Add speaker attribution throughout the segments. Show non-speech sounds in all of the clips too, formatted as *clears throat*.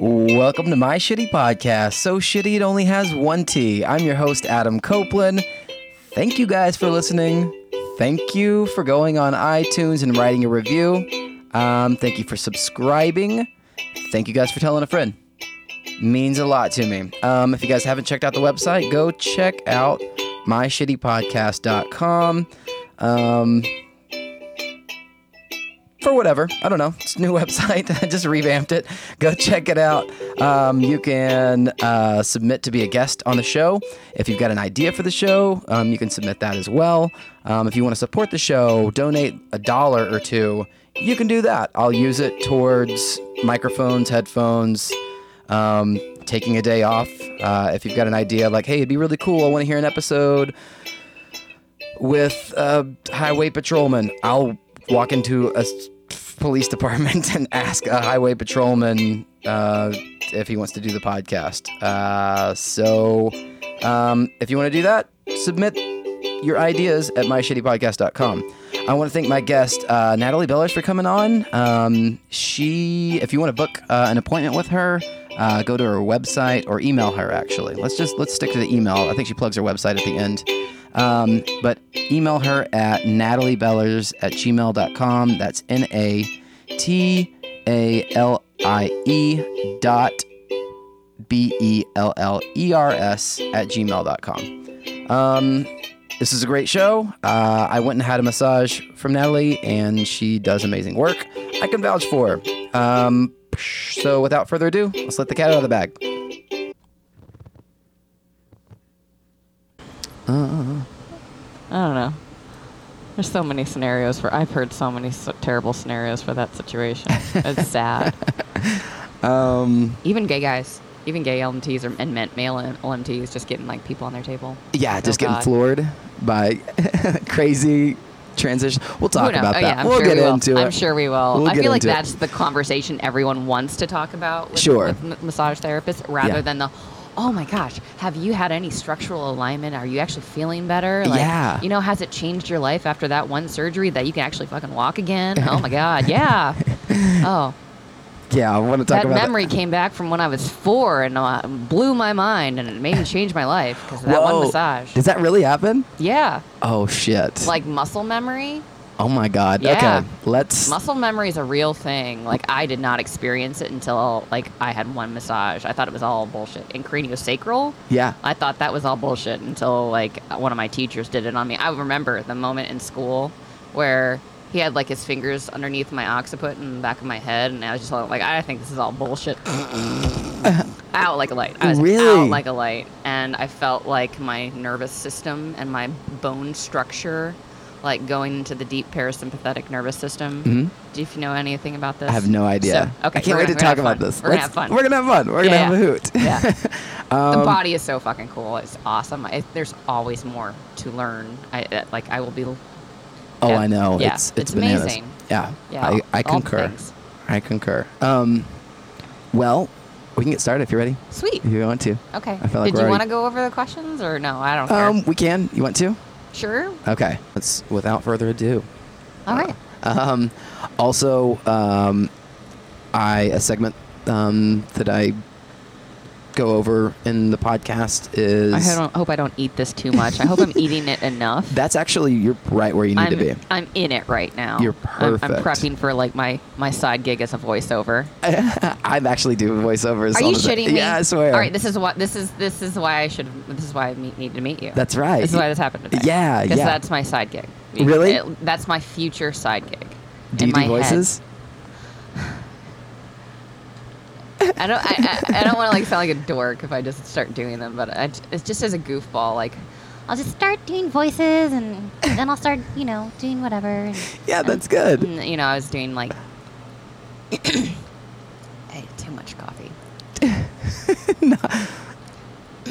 Speaker 1: Welcome to my shitty podcast, so shitty it only has one T. I'm your host, Adam Copeland. Thank you guys for listening. Thank you for going on iTunes and writing a review. Um, thank you for subscribing. Thank you guys for telling a friend. Means a lot to me. Um, if you guys haven't checked out the website, go check out myshittypodcast.com. Um, for whatever. I don't know. It's a new *laughs* website. I just revamped it. Go check it out. Um, you can uh, submit to be a guest on the show. If you've got an idea for the show, um, you can submit that as well. Um, if you want to support the show, donate a dollar or two, you can do that. I'll use it towards microphones, headphones, um, taking a day off. Uh, if you've got an idea like, hey, it'd be really cool. I want to hear an episode with a highway patrolman. I'll walk into a s- police department *laughs* and ask a highway patrolman uh, if he wants to do the podcast. Uh, so um, if you want to do that, submit your ideas at myshittypodcast.com. I want to thank my guest, uh, Natalie Bellers, for coming on. Um, she, if you want to book uh, an appointment with her, uh, go to her website or email her. Actually, let's just let's stick to the email. I think she plugs her website at the end. Um, but email her at nataliebellers at gmail.com. That's N A T A L I E dot B E L L E R S at gmail.com. Um, this is a great show. Uh, I went and had a massage from Natalie, and she does amazing work. I can vouch for her. Um, so, without further ado, let's let the cat out of the bag.
Speaker 2: I don't know. There's so many scenarios where I've heard so many s terrible scenarios for that situation. It's sad.
Speaker 1: Um,
Speaker 3: Even gay guys, even gay LMTs or, and men- male LMTs just getting like people on their table.
Speaker 1: yeah, just
Speaker 3: Oh,
Speaker 1: getting
Speaker 3: God.
Speaker 1: floored by *laughs* crazy transition. We'll talk
Speaker 3: Who knows?
Speaker 1: about
Speaker 3: Oh,
Speaker 1: that.
Speaker 3: yeah, I'm
Speaker 1: we'll
Speaker 3: sure
Speaker 1: get
Speaker 3: we will.
Speaker 1: into it.
Speaker 3: I'm sure we will.
Speaker 1: We'll
Speaker 3: I
Speaker 1: get
Speaker 3: feel like
Speaker 1: into it.
Speaker 3: that's the conversation everyone wants to talk about with,
Speaker 1: Sure.
Speaker 3: with m- massage therapists rather
Speaker 1: Yeah.
Speaker 3: than the, oh my gosh, have you had any structural alignment? Are you actually feeling better? Like,
Speaker 1: Yeah.
Speaker 3: You know, has it changed your life after that one surgery that you can actually fucking walk again? Oh
Speaker 1: *laughs*
Speaker 3: my God. Yeah. Oh.
Speaker 1: Yeah, I want to talk
Speaker 3: that
Speaker 1: about that.
Speaker 3: memory came back from when I was four and uh, blew my mind and it made me change my life because of that
Speaker 1: Whoa.
Speaker 3: one massage.
Speaker 1: Does that really happen?
Speaker 3: Yeah,
Speaker 1: Oh shit!
Speaker 3: like muscle memory.
Speaker 1: oh my god.
Speaker 3: Yeah.
Speaker 1: Okay, let's.
Speaker 3: Muscle memory is a real thing. Like I did not experience it until like I had one massage. I thought it was all bullshit. And craniosacral,
Speaker 1: yeah.
Speaker 3: I thought that was all bullshit until like one of my teachers did it on me. I remember the moment in school where he had like his fingers underneath my occiput and the back of my head, and I was just all like, I think this is
Speaker 1: *laughs*
Speaker 3: all bullshit. out like a light. I was
Speaker 1: Really?
Speaker 3: out like a light, and I felt like my nervous system and my bone structure. Like going into the deep parasympathetic nervous system.
Speaker 1: Mhm.
Speaker 3: Do you know anything about this?
Speaker 1: I have no idea.
Speaker 3: So- okay,
Speaker 1: I can't wait to
Speaker 3: we're gonna- we're gonna
Speaker 1: talk about
Speaker 3: have fun.
Speaker 1: this.
Speaker 3: We're gonna
Speaker 1: Let's-
Speaker 3: have fun.
Speaker 1: We're gonna have fun. We're gonna
Speaker 3: Yeah,
Speaker 1: have a
Speaker 3: yeah.
Speaker 1: hoot.
Speaker 3: Yeah.
Speaker 1: Um,
Speaker 3: the body is so fucking cool. It's awesome. I, there's always more to learn. I uh, like. I will be.
Speaker 1: *laughs* Oh,
Speaker 3: Yeah.
Speaker 1: I know.
Speaker 3: Yeah.
Speaker 1: It's, it's,
Speaker 3: It's
Speaker 1: bananas.
Speaker 3: amazing.
Speaker 1: Yeah.
Speaker 3: Yeah,
Speaker 1: I, I
Speaker 3: all the
Speaker 1: concur.
Speaker 3: things.
Speaker 1: I concur. Um, well, we can get started if you're ready.
Speaker 3: Sweet.
Speaker 1: If you want to.
Speaker 3: Okay.
Speaker 1: I feel like
Speaker 3: Did
Speaker 1: we're
Speaker 3: you want
Speaker 1: already-
Speaker 3: to go over the questions or no? I don't care.
Speaker 1: Um, we can. You want to?
Speaker 3: sure.
Speaker 1: Okay. Let's. Without further ado.
Speaker 3: All right.
Speaker 1: Um, also, um, I a segment um, that I go over in the podcast is
Speaker 3: I don't, hope I don't eat this too much. I
Speaker 1: *laughs*
Speaker 3: hope I'm eating it enough.
Speaker 1: that's actually you're right where you need
Speaker 3: I'm,
Speaker 1: to be. *laughs*
Speaker 3: I'm in it right now.
Speaker 1: You're
Speaker 3: I'm- I'm,
Speaker 1: perfect.
Speaker 3: prepping for like my my side gig as a voiceover.
Speaker 1: I actually do voiceovers.
Speaker 3: Are
Speaker 1: all
Speaker 3: you
Speaker 1: the time.
Speaker 3: shitting me?
Speaker 1: Yeah, I swear.
Speaker 3: All right. This is what this is. This is why I should. This is why I meet, need to meet you.
Speaker 1: That's right.
Speaker 3: This is why this happened today.
Speaker 1: Yeah,
Speaker 3: Because
Speaker 1: yeah.
Speaker 3: that's my side gig.
Speaker 1: Really?
Speaker 3: It- that's my future side gig.
Speaker 1: do you
Speaker 3: in
Speaker 1: do
Speaker 3: my head.
Speaker 1: voices?
Speaker 3: *laughs* I don't. I, I, I don't want to like sound like a dork if I just start doing them, but I, it's just as a goofball. Like,
Speaker 4: I'll just start doing voices and then I'll start, you know, doing whatever. And
Speaker 1: Yeah, that's good.
Speaker 3: n- you know, I was doing like. *coughs* I ate too much coffee.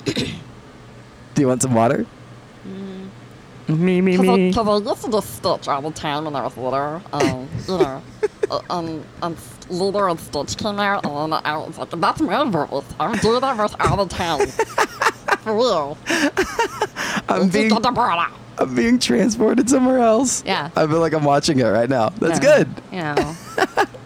Speaker 1: Do you want some water?
Speaker 3: Mm.
Speaker 1: Me, me,
Speaker 2: Cause I,
Speaker 3: *laughs*
Speaker 1: me.
Speaker 2: cause I used to just stitch all the time when I was little. Um, you
Speaker 1: *laughs*
Speaker 2: know, uh, um, and Lilo and Stitch came out, and then I was like, that's my voice. I'm doing that voice all the
Speaker 1: *laughs*
Speaker 2: time. For real.
Speaker 1: I'm being, I'm being transported somewhere else.
Speaker 3: Yeah.
Speaker 1: I feel like I'm watching it right now. That's good. *laughs*
Speaker 3: You know,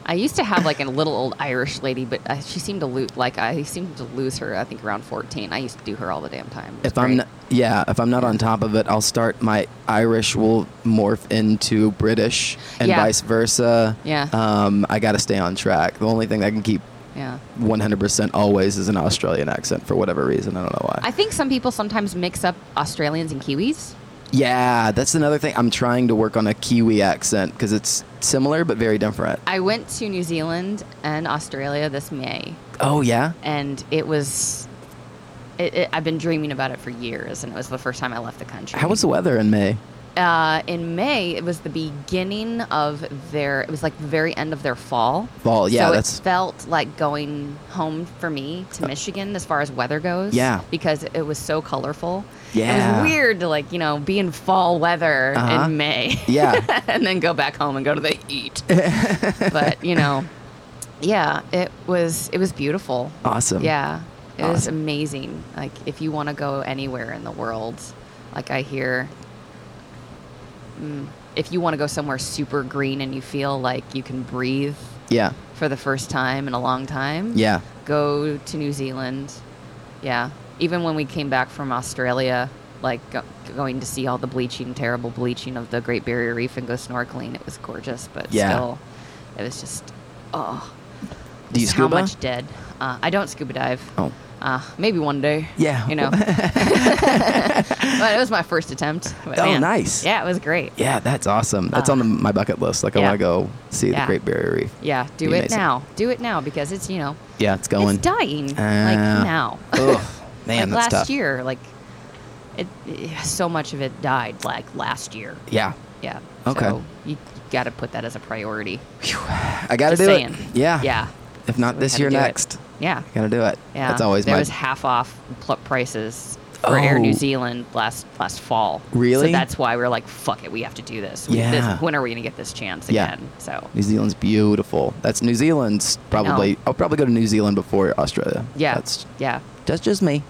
Speaker 3: I used to have like a little old Irish lady, but I, she seemed to lose. Like I seemed to lose her. I think around fourteen. I used to do her all the damn time. It was
Speaker 1: If I'm
Speaker 3: great.
Speaker 1: not, yeah, if I'm not on top of it, I'll start my Irish will morph into British and
Speaker 3: Yeah.
Speaker 1: vice versa.
Speaker 3: Yeah.
Speaker 1: Um, I got to stay on track. The only thing I can keep
Speaker 3: yeah.
Speaker 1: 100% always is an Australian accent for whatever reason. I don't know why.
Speaker 3: I think some people sometimes mix up Australians and Kiwis.
Speaker 1: yeah, that's another thing. I'm trying to work on a Kiwi accent because it's similar but very different.
Speaker 3: I went to New Zealand and Australia this May,
Speaker 1: Oh yeah.
Speaker 3: and it was. It, it, I've been dreaming about it for years, and it was the first time I left the country.
Speaker 1: How was the weather in May?
Speaker 3: uh, in May, it was the beginning of their. It was like the very end of their fall.
Speaker 1: Fall, yeah,
Speaker 3: So
Speaker 1: that's- Uh,
Speaker 3: it felt like going home for me to Michigan as far as weather goes.
Speaker 1: Yeah.
Speaker 3: because it was so colorful.
Speaker 1: Yeah.
Speaker 3: it was weird to like you know be in fall weather
Speaker 1: Uh-huh.
Speaker 3: in May. *laughs*
Speaker 1: Yeah.
Speaker 3: and then go back home and go to the
Speaker 1: *laughs*
Speaker 3: heat. but you know, yeah, it was it was beautiful.
Speaker 1: Awesome.
Speaker 3: Yeah, it was
Speaker 1: Awesome.
Speaker 3: amazing. Like if you want to go anywhere in the world, like I hear, mm, if you want to go somewhere super green and you feel like you can breathe
Speaker 1: Yeah.
Speaker 3: for the first time in a long time,
Speaker 1: Yeah.
Speaker 3: go to New Zealand. Yeah, even when we came back from Australia, like go- going to see all the bleaching, terrible bleaching of the Great Barrier Reef and go snorkeling, it was gorgeous. But
Speaker 1: Yeah.
Speaker 3: still, it was just oh,
Speaker 1: Do you
Speaker 3: just
Speaker 1: scuba?
Speaker 3: how much dead? Uh, I don't scuba dive.
Speaker 1: Oh.
Speaker 3: Uh, maybe one day.
Speaker 1: Yeah. *laughs*
Speaker 3: You know. but it was my first attempt. But
Speaker 1: Oh,
Speaker 3: man,
Speaker 1: nice.
Speaker 3: Yeah, it was great.
Speaker 1: Yeah, that's awesome. That's
Speaker 3: Uh,
Speaker 1: on the, my bucket list. Like I
Speaker 3: yeah.
Speaker 1: want to go see the
Speaker 3: Yeah.
Speaker 1: Great Barrier Reef.
Speaker 3: Yeah, do
Speaker 1: Be
Speaker 3: it
Speaker 1: amazing.
Speaker 3: now. Do it now because it's, you know,
Speaker 1: Yeah, it's going.
Speaker 3: it's dying like
Speaker 1: Ah.
Speaker 3: now.
Speaker 1: Ugh, man,
Speaker 3: *laughs* like
Speaker 1: that's
Speaker 3: last
Speaker 1: tough.
Speaker 3: year, like it, it- so much of it died like last year.
Speaker 1: Yeah,
Speaker 3: Yeah.
Speaker 1: Okay.
Speaker 3: So you, got to put that as a priority.
Speaker 1: I got to
Speaker 3: Just
Speaker 1: do
Speaker 3: saying.
Speaker 1: it. Yeah,
Speaker 3: Yeah.
Speaker 1: If not
Speaker 3: So we
Speaker 1: this
Speaker 3: had to
Speaker 1: year,
Speaker 3: do it.
Speaker 1: next.
Speaker 3: Yeah.
Speaker 1: Got to do it.
Speaker 3: Yeah.
Speaker 1: that's always
Speaker 3: there
Speaker 1: my.
Speaker 3: was half off pl- prices for Air
Speaker 1: Oh.
Speaker 3: New Zealand last last fall.
Speaker 1: Really?
Speaker 3: So that's why we are like, fuck it, we have to do this. We- this-
Speaker 1: Yeah.
Speaker 3: when are we gonna get this chance
Speaker 1: Yeah.
Speaker 3: again? So.
Speaker 1: New Zealand's beautiful. That's New Zealand's probably. I'll probably go to New Zealand before Australia.
Speaker 3: Yeah.
Speaker 1: that's
Speaker 3: yeah.
Speaker 1: that's just me.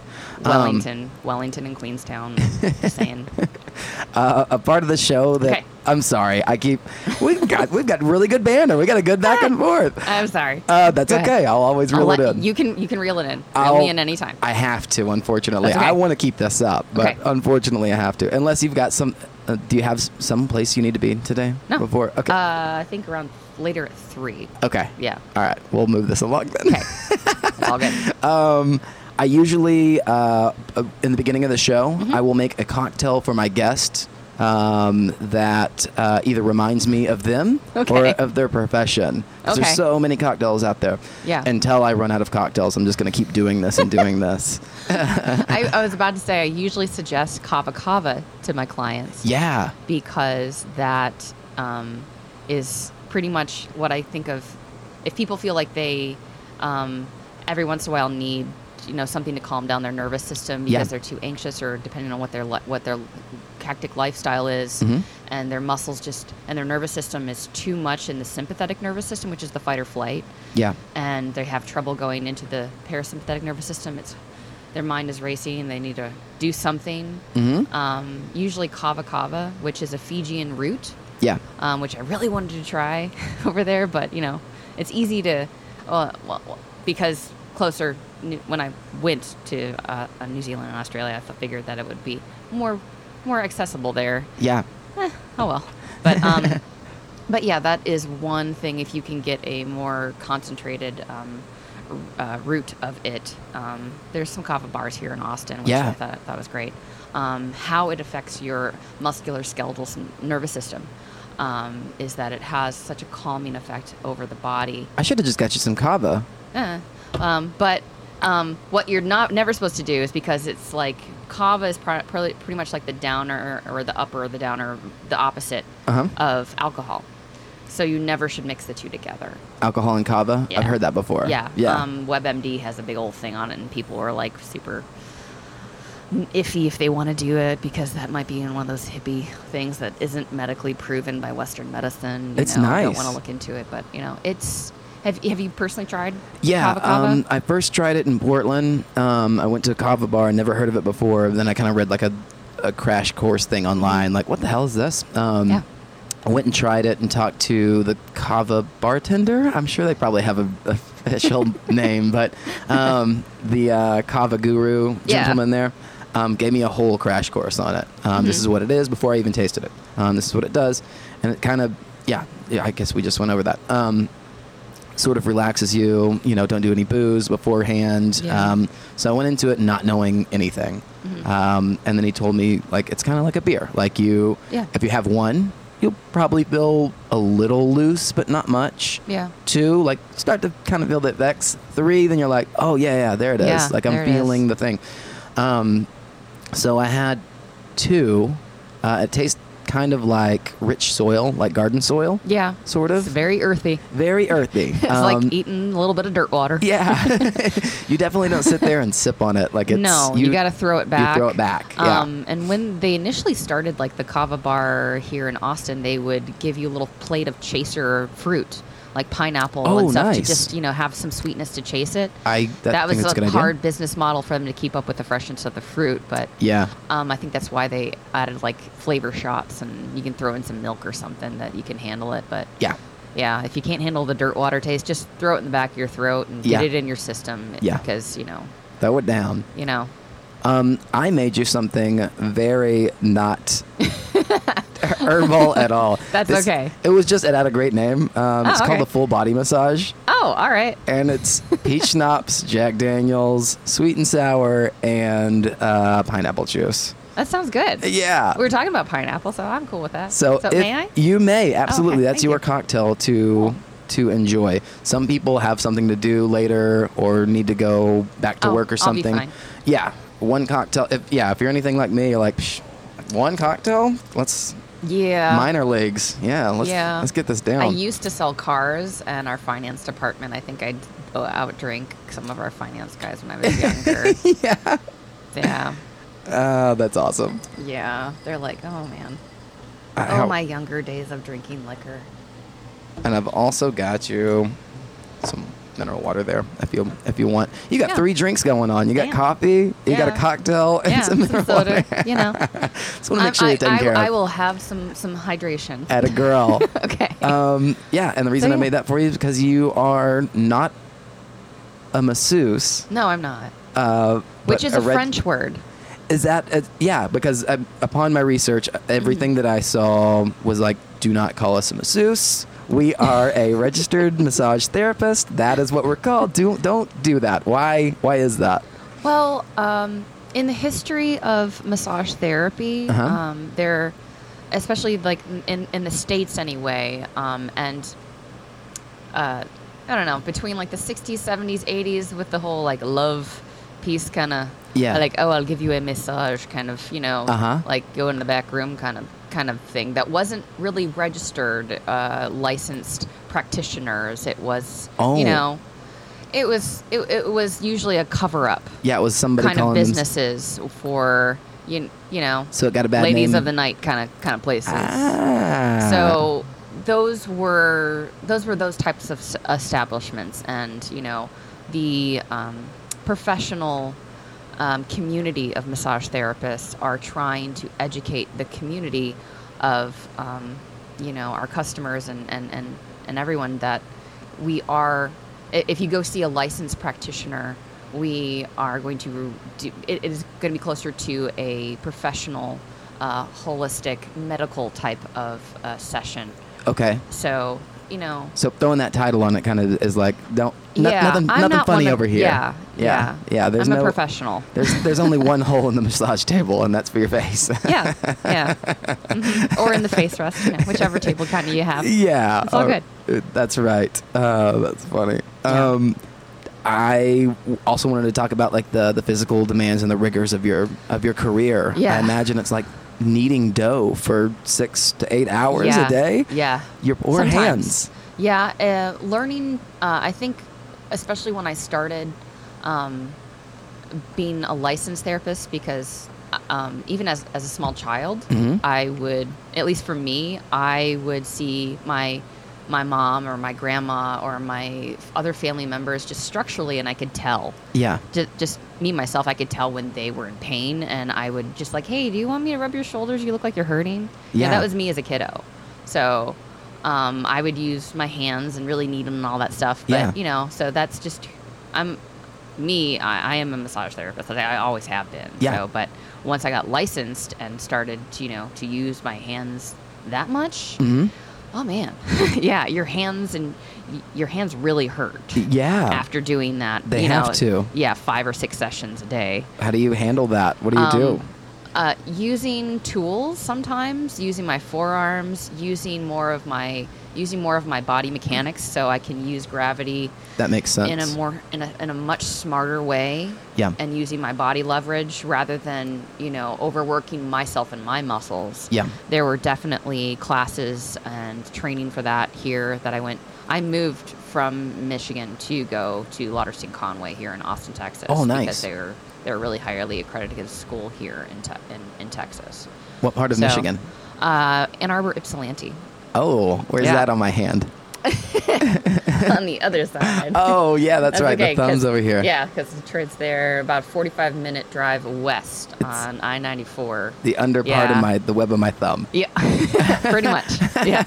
Speaker 1: Um,
Speaker 3: Wellington, Wellington and Queenstown. Just saying.
Speaker 1: *laughs* uh, a part of the show that
Speaker 3: Okay.
Speaker 1: I'm sorry, I keep we've got we've got really good banter. We got a good back and forth.
Speaker 3: I'm sorry.
Speaker 1: Uh, that's
Speaker 3: Ah. Go ahead.
Speaker 1: okay. I'll always
Speaker 3: I'll
Speaker 1: reel
Speaker 3: let-
Speaker 1: it in.
Speaker 3: You can you can reel it in. Reel
Speaker 1: I'll-
Speaker 3: me in anytime.
Speaker 1: I have to, unfortunately.
Speaker 3: That's okay.
Speaker 1: I want to keep this up, but
Speaker 3: Okay.
Speaker 1: unfortunately, I have to. Unless you've got some. Uh, do you have s- some place you need to be today?
Speaker 3: No.
Speaker 1: Before. Okay.
Speaker 3: Uh, I think around later at three.
Speaker 1: okay.
Speaker 3: yeah.
Speaker 1: All right. We'll move this along then.
Speaker 3: Okay. It's
Speaker 1: *laughs*
Speaker 3: all good.
Speaker 1: Um, I usually, uh, uh, in the beginning of the show,
Speaker 3: Mm-hmm.
Speaker 1: I will make a cocktail for my guest um, that uh, either reminds me of them or
Speaker 3: Okay.
Speaker 1: of their profession. 'Cause
Speaker 3: Okay.
Speaker 1: There's so many cocktails out there.
Speaker 3: Yeah.
Speaker 1: Until I run out of cocktails, I'm just going to keep doing this and doing
Speaker 3: *laughs*
Speaker 1: this.
Speaker 3: I, I was about to say I usually suggest kava kava to my clients
Speaker 1: Yeah.
Speaker 3: because that um, is pretty much what I think of. If people feel like they um, every once in a while need you know something to calm down their nervous system because
Speaker 1: Yeah.
Speaker 3: they're too anxious or depending on what their li- what their hectic lifestyle is
Speaker 1: Mhm.
Speaker 3: and their muscles just and their nervous system is too much in the sympathetic nervous system which is the fight or flight
Speaker 1: Yeah.
Speaker 3: and they have trouble going into the parasympathetic nervous system. It's their mind is racing and they need to do something.
Speaker 1: Mhm.
Speaker 3: Um, usually kava kava, which is a Fijian root,
Speaker 1: Yeah.
Speaker 3: um, which I really wanted to try *laughs* over there, but you know, it's easy to, uh, well, well, because closer New- when I went to uh, uh, New Zealand and Australia, I figured that it would be more more accessible there
Speaker 1: Yeah.
Speaker 3: eh, oh well. But um, but yeah, that is one thing. If you can get a more concentrated um, r- uh, root of it, um, there's some kava bars here in Austin, which
Speaker 1: Yeah.
Speaker 3: I thought that was great. Um, how it affects your muscular skeletal s- nervous system um, is that it has such a calming effect over the body.
Speaker 1: I should have just got you some kava.
Speaker 3: Uh, um, but um, what you're not never supposed to do is because it's like kava is pro- pro- pretty much like the downer or the upper or the downer, the opposite
Speaker 1: Uh-huh.
Speaker 3: of alcohol. So you never should mix the two together.
Speaker 1: Alcohol and kava.
Speaker 3: Yeah.
Speaker 1: I've heard that before.
Speaker 3: Yeah.
Speaker 1: Yeah.
Speaker 3: Um, WebMD has a big old thing on it, and people are like super iffy if they want to do it because that might be in one of those hippie things that isn't medically proven by Western medicine. You
Speaker 1: It's
Speaker 3: know, I don't
Speaker 1: nice.
Speaker 3: want to look into it, but you know, it's. Have, have you personally tried?
Speaker 1: yeah.
Speaker 3: kava kava?
Speaker 1: Um, I first tried it in Portland. Um, I went to a kava bar. I never heard of it before. Then I kind of read like a, a crash course thing online. Like, what the hell is this? Um,
Speaker 3: Yeah.
Speaker 1: I went and tried it and talked to the kava bartender. I'm sure they probably have a, a
Speaker 3: *laughs*
Speaker 1: official name, but um, the uh, kava guru
Speaker 3: Yeah.
Speaker 1: gentleman there um, gave me a whole crash course on it. Um,
Speaker 3: Mm-hmm.
Speaker 1: This is what it is before I even tasted it. Um, this is what it does, and it kind of yeah yeah. I guess we just went over that. Um, sort of relaxes you. You know, don't do any booze beforehand.
Speaker 3: Yeah.
Speaker 1: Um, so I went into it not knowing anything,
Speaker 3: Mm-hmm.
Speaker 1: um, and then he told me like it's kind of like a beer. Like you,
Speaker 3: Yeah.
Speaker 1: if you have one, you'll probably feel a little loose, but not much.
Speaker 3: Yeah.
Speaker 1: Two, like start to kind of feel that vex. Three, then you're like, oh yeah, yeah, there it is.
Speaker 3: Yeah,
Speaker 1: like
Speaker 3: there
Speaker 1: I'm
Speaker 3: it is.
Speaker 1: feeling the thing. Um, so I had two. Uh, it tastes kind of like rich soil, like garden soil.
Speaker 3: Yeah.
Speaker 1: Sort of.
Speaker 3: It's very earthy. *laughs*
Speaker 1: Very earthy. Um,
Speaker 3: It's like eating a little bit of dirt water. *laughs*
Speaker 1: Yeah, *laughs* you definitely don't sit there and sip on it like it's.
Speaker 3: no, you, got to throw it back.
Speaker 1: You throw it back. Yeah.
Speaker 3: Um, and when they initially started, like the kava bar here in Austin, they would give you a little plate of chaser fruit, like pineapple
Speaker 1: Oh,
Speaker 3: and stuff, to
Speaker 1: nice.
Speaker 3: just you know have some sweetness to chase it.
Speaker 1: I that,
Speaker 3: that was
Speaker 1: think that's a good
Speaker 3: a
Speaker 1: idea.
Speaker 3: hard business model for them to keep up with the freshness of the fruit, but
Speaker 1: Yeah.
Speaker 3: um, I think that's why they added like flavor shots, and you can throw in some milk or something that you can handle it. But
Speaker 1: Yeah.
Speaker 3: yeah, if you can't handle the dirt water taste, just throw it in the back of your throat and
Speaker 1: Yeah.
Speaker 3: get it in your system.
Speaker 1: Yeah.
Speaker 3: because you know,
Speaker 1: Throw it down.
Speaker 3: you know,
Speaker 1: Um, I made you something very
Speaker 3: *laughs*
Speaker 1: not herbal at all.
Speaker 3: That's okay.
Speaker 1: It
Speaker 3: Oh,
Speaker 1: was just it had a great name. Um, it's called
Speaker 3: okay.
Speaker 1: the full body massage,
Speaker 3: oh, all right.
Speaker 1: and
Speaker 3: *laughs*
Speaker 1: it's peach schnapps, Jack Daniels, sweet and sour, and uh, pineapple juice.
Speaker 3: That sounds good.
Speaker 1: Uh, Yeah.
Speaker 3: We were talking about pineapple, so I'm cool with that.
Speaker 1: So, if-
Speaker 3: may I? Oh,
Speaker 1: You may absolutely.
Speaker 3: Okay,
Speaker 1: That's
Speaker 3: thank you.
Speaker 1: your cocktail to to enjoy. Some people have something to do later or need to go back to
Speaker 3: Oh,
Speaker 1: work or
Speaker 3: I'll be
Speaker 1: something.
Speaker 3: fine.
Speaker 1: Yeah, one cocktail. If yeah, if you're anything like me, you're like, Psh, one cocktail. Let's
Speaker 3: Yeah.
Speaker 1: minor leagues. Yeah, let's
Speaker 3: Yeah.
Speaker 1: let's get this down.
Speaker 3: I used to sell cars, and our finance department, I think I'd go out drink some of our finance guys when I was younger.
Speaker 1: *laughs* yeah,
Speaker 3: yeah.
Speaker 1: uh, that's awesome.
Speaker 3: Yeah. They're like, oh, man.
Speaker 1: I-
Speaker 3: Oh, my younger days of drinking
Speaker 1: *laughs*
Speaker 3: liquor.
Speaker 1: And I've also got you some mineral water there if you if you want. You got
Speaker 3: Yeah.
Speaker 1: three drinks going on. You got
Speaker 3: Damn.
Speaker 1: coffee. You got a
Speaker 3: Yeah.
Speaker 1: cocktail and
Speaker 3: yeah.
Speaker 1: some mineral
Speaker 3: soda,
Speaker 1: water.
Speaker 3: you know.
Speaker 1: *laughs* Just want to
Speaker 3: I'm-
Speaker 1: make sure
Speaker 3: I,
Speaker 1: you're taken
Speaker 3: I,
Speaker 1: care of.
Speaker 3: I will have some, some hydration.
Speaker 1: At a girl.
Speaker 3: *laughs* okay.
Speaker 1: um, yeah, and the reason
Speaker 3: So,
Speaker 1: I
Speaker 3: yeah.
Speaker 1: made that for you is because you are not a masseuse.
Speaker 3: no, I'm not.
Speaker 1: Uh,
Speaker 3: Which
Speaker 1: but
Speaker 3: is a,
Speaker 1: reg-
Speaker 3: French word.
Speaker 1: Is that uh yeah? Because uh, upon my research, everything
Speaker 3: Mm-hmm.
Speaker 1: that I saw was like, "Do not call us a masseuse. We are
Speaker 3: *laughs*
Speaker 1: a registered massage therapist. That is what we're called. Do don't do that. Why why is that?
Speaker 3: Well, um, in the history of massage therapy,
Speaker 1: Uh-huh.
Speaker 3: um, there, especially like in, in the states anyway, um, and uh, I don't know between like the '60s, '70s, '80s with the whole like love piece kind of
Speaker 1: Yeah.
Speaker 3: like oh I'll give you a massage kind of you know
Speaker 1: Uh-huh.
Speaker 3: like go in the back room kind of kind of thing that wasn't really registered uh, licensed practitioners. It was
Speaker 1: Oh.
Speaker 3: you know. It was it, it was usually a cover up
Speaker 1: Yeah, it was somebody
Speaker 3: kind of
Speaker 1: calling them-
Speaker 3: businesses for you, you know
Speaker 1: So it got a bad
Speaker 3: ladies
Speaker 1: name.
Speaker 3: of the night kind of kind of places.
Speaker 1: Ah.
Speaker 3: So those were those were those types of s- establishments, and you know the um, professional um, community of massage therapists are trying to educate the community of um, you know our customers and and and, and everyone that we are. i- If you go see a licensed practitioner. We are going to do. It it is going to be closer to a professional uh, holistic medical type of uh, session.
Speaker 1: okay.
Speaker 3: So you know,
Speaker 1: So throwing that title on it kind of is like don't no-
Speaker 3: yeah,
Speaker 1: nothing
Speaker 3: I'm
Speaker 1: nothing
Speaker 3: not
Speaker 1: funny
Speaker 3: one of-
Speaker 1: over here.
Speaker 3: Yeah,
Speaker 1: yeah,
Speaker 3: yeah,
Speaker 1: yeah, there's
Speaker 3: I'm
Speaker 1: no
Speaker 3: a professional.
Speaker 1: There's there's only one hole in the massage table, and that's for your face.
Speaker 3: *laughs* yeah, yeah, Mhm. or in the face rest, you know, whichever table kind of you have.
Speaker 1: *laughs* yeah,
Speaker 3: It's all
Speaker 1: uh,
Speaker 3: good.
Speaker 1: uh, That's right. Uh, that's funny.
Speaker 3: Yeah.
Speaker 1: Um, I w- also wanted to talk about like the the physical demands and the rigors of your of your career. I
Speaker 3: Yeah.
Speaker 1: imagine it's like kneading dough for six to eight hours
Speaker 3: yeah.
Speaker 1: a day.
Speaker 3: Yeah.
Speaker 1: Your poor
Speaker 3: Sometimes.
Speaker 1: hands.
Speaker 3: Yeah, uh, learning. Uh, I think, especially when I started um, being a licensed therapist, because uh, um, even as as a small child,
Speaker 1: Mhm.
Speaker 3: I would, at least for me, I would see my my mom or my grandma or my other family members just structurally, and I could tell
Speaker 1: Yeah.
Speaker 3: just, just me myself, I could tell when they were in pain, and I would just like, hey, do you want me to rub your shoulders? You look like you're hurting. Yeah,
Speaker 1: Yeah.
Speaker 3: that was me as a kiddo. So um, I would use my hands and really knead them and all that stuff. But,
Speaker 1: Yeah.
Speaker 3: you know, so that's just, I'm me, I, I am a massage therapist. I, I always have been.
Speaker 1: Yeah.
Speaker 3: So, but once I got licensed and started, to, you know, to use my hands that much,
Speaker 1: Mhm.
Speaker 3: oh man, *laughs* yeah, your hands and y- your hands really hurt
Speaker 1: Yeah.
Speaker 3: after doing that.
Speaker 1: They
Speaker 3: you know,
Speaker 1: have to.
Speaker 3: Yeah, five or six sessions a day.
Speaker 1: How do you handle that? What do you do?
Speaker 3: Um, Uh, using tools sometimes, using my forearms, using more of my using more of my body mechanics, so I can use gravity
Speaker 1: That makes sense.
Speaker 3: in a more in a, in a much smarter way.
Speaker 1: Yeah.
Speaker 3: And using my body leverage rather than you know overworking myself and my muscles.
Speaker 1: Yeah.
Speaker 3: There were definitely classes and training for that here that I went. I moved from Michigan to go to Lauderstein Conway here in Austin, Texas.
Speaker 1: Oh, nice.
Speaker 3: Because they were they're a really highly accredited school here in te- in, in Texas.
Speaker 1: what part of
Speaker 3: So,
Speaker 1: Michigan?
Speaker 3: Uh, Ann Arbor, Ypsilanti,
Speaker 1: Oh, where's
Speaker 3: yeah.
Speaker 1: that on my hand?
Speaker 3: *laughs* on the other side.
Speaker 1: Oh, yeah, that's, right.
Speaker 3: okay,
Speaker 1: the thumb's
Speaker 3: 'cause-
Speaker 1: over here.
Speaker 3: Yeah, because Detroit's there about 45 minute drive west
Speaker 1: It's-
Speaker 3: on I 94.
Speaker 1: The under part of
Speaker 3: Yeah.
Speaker 1: my the web of my
Speaker 3: *laughs*
Speaker 1: thumb.
Speaker 3: Yeah, pretty much. Yeah.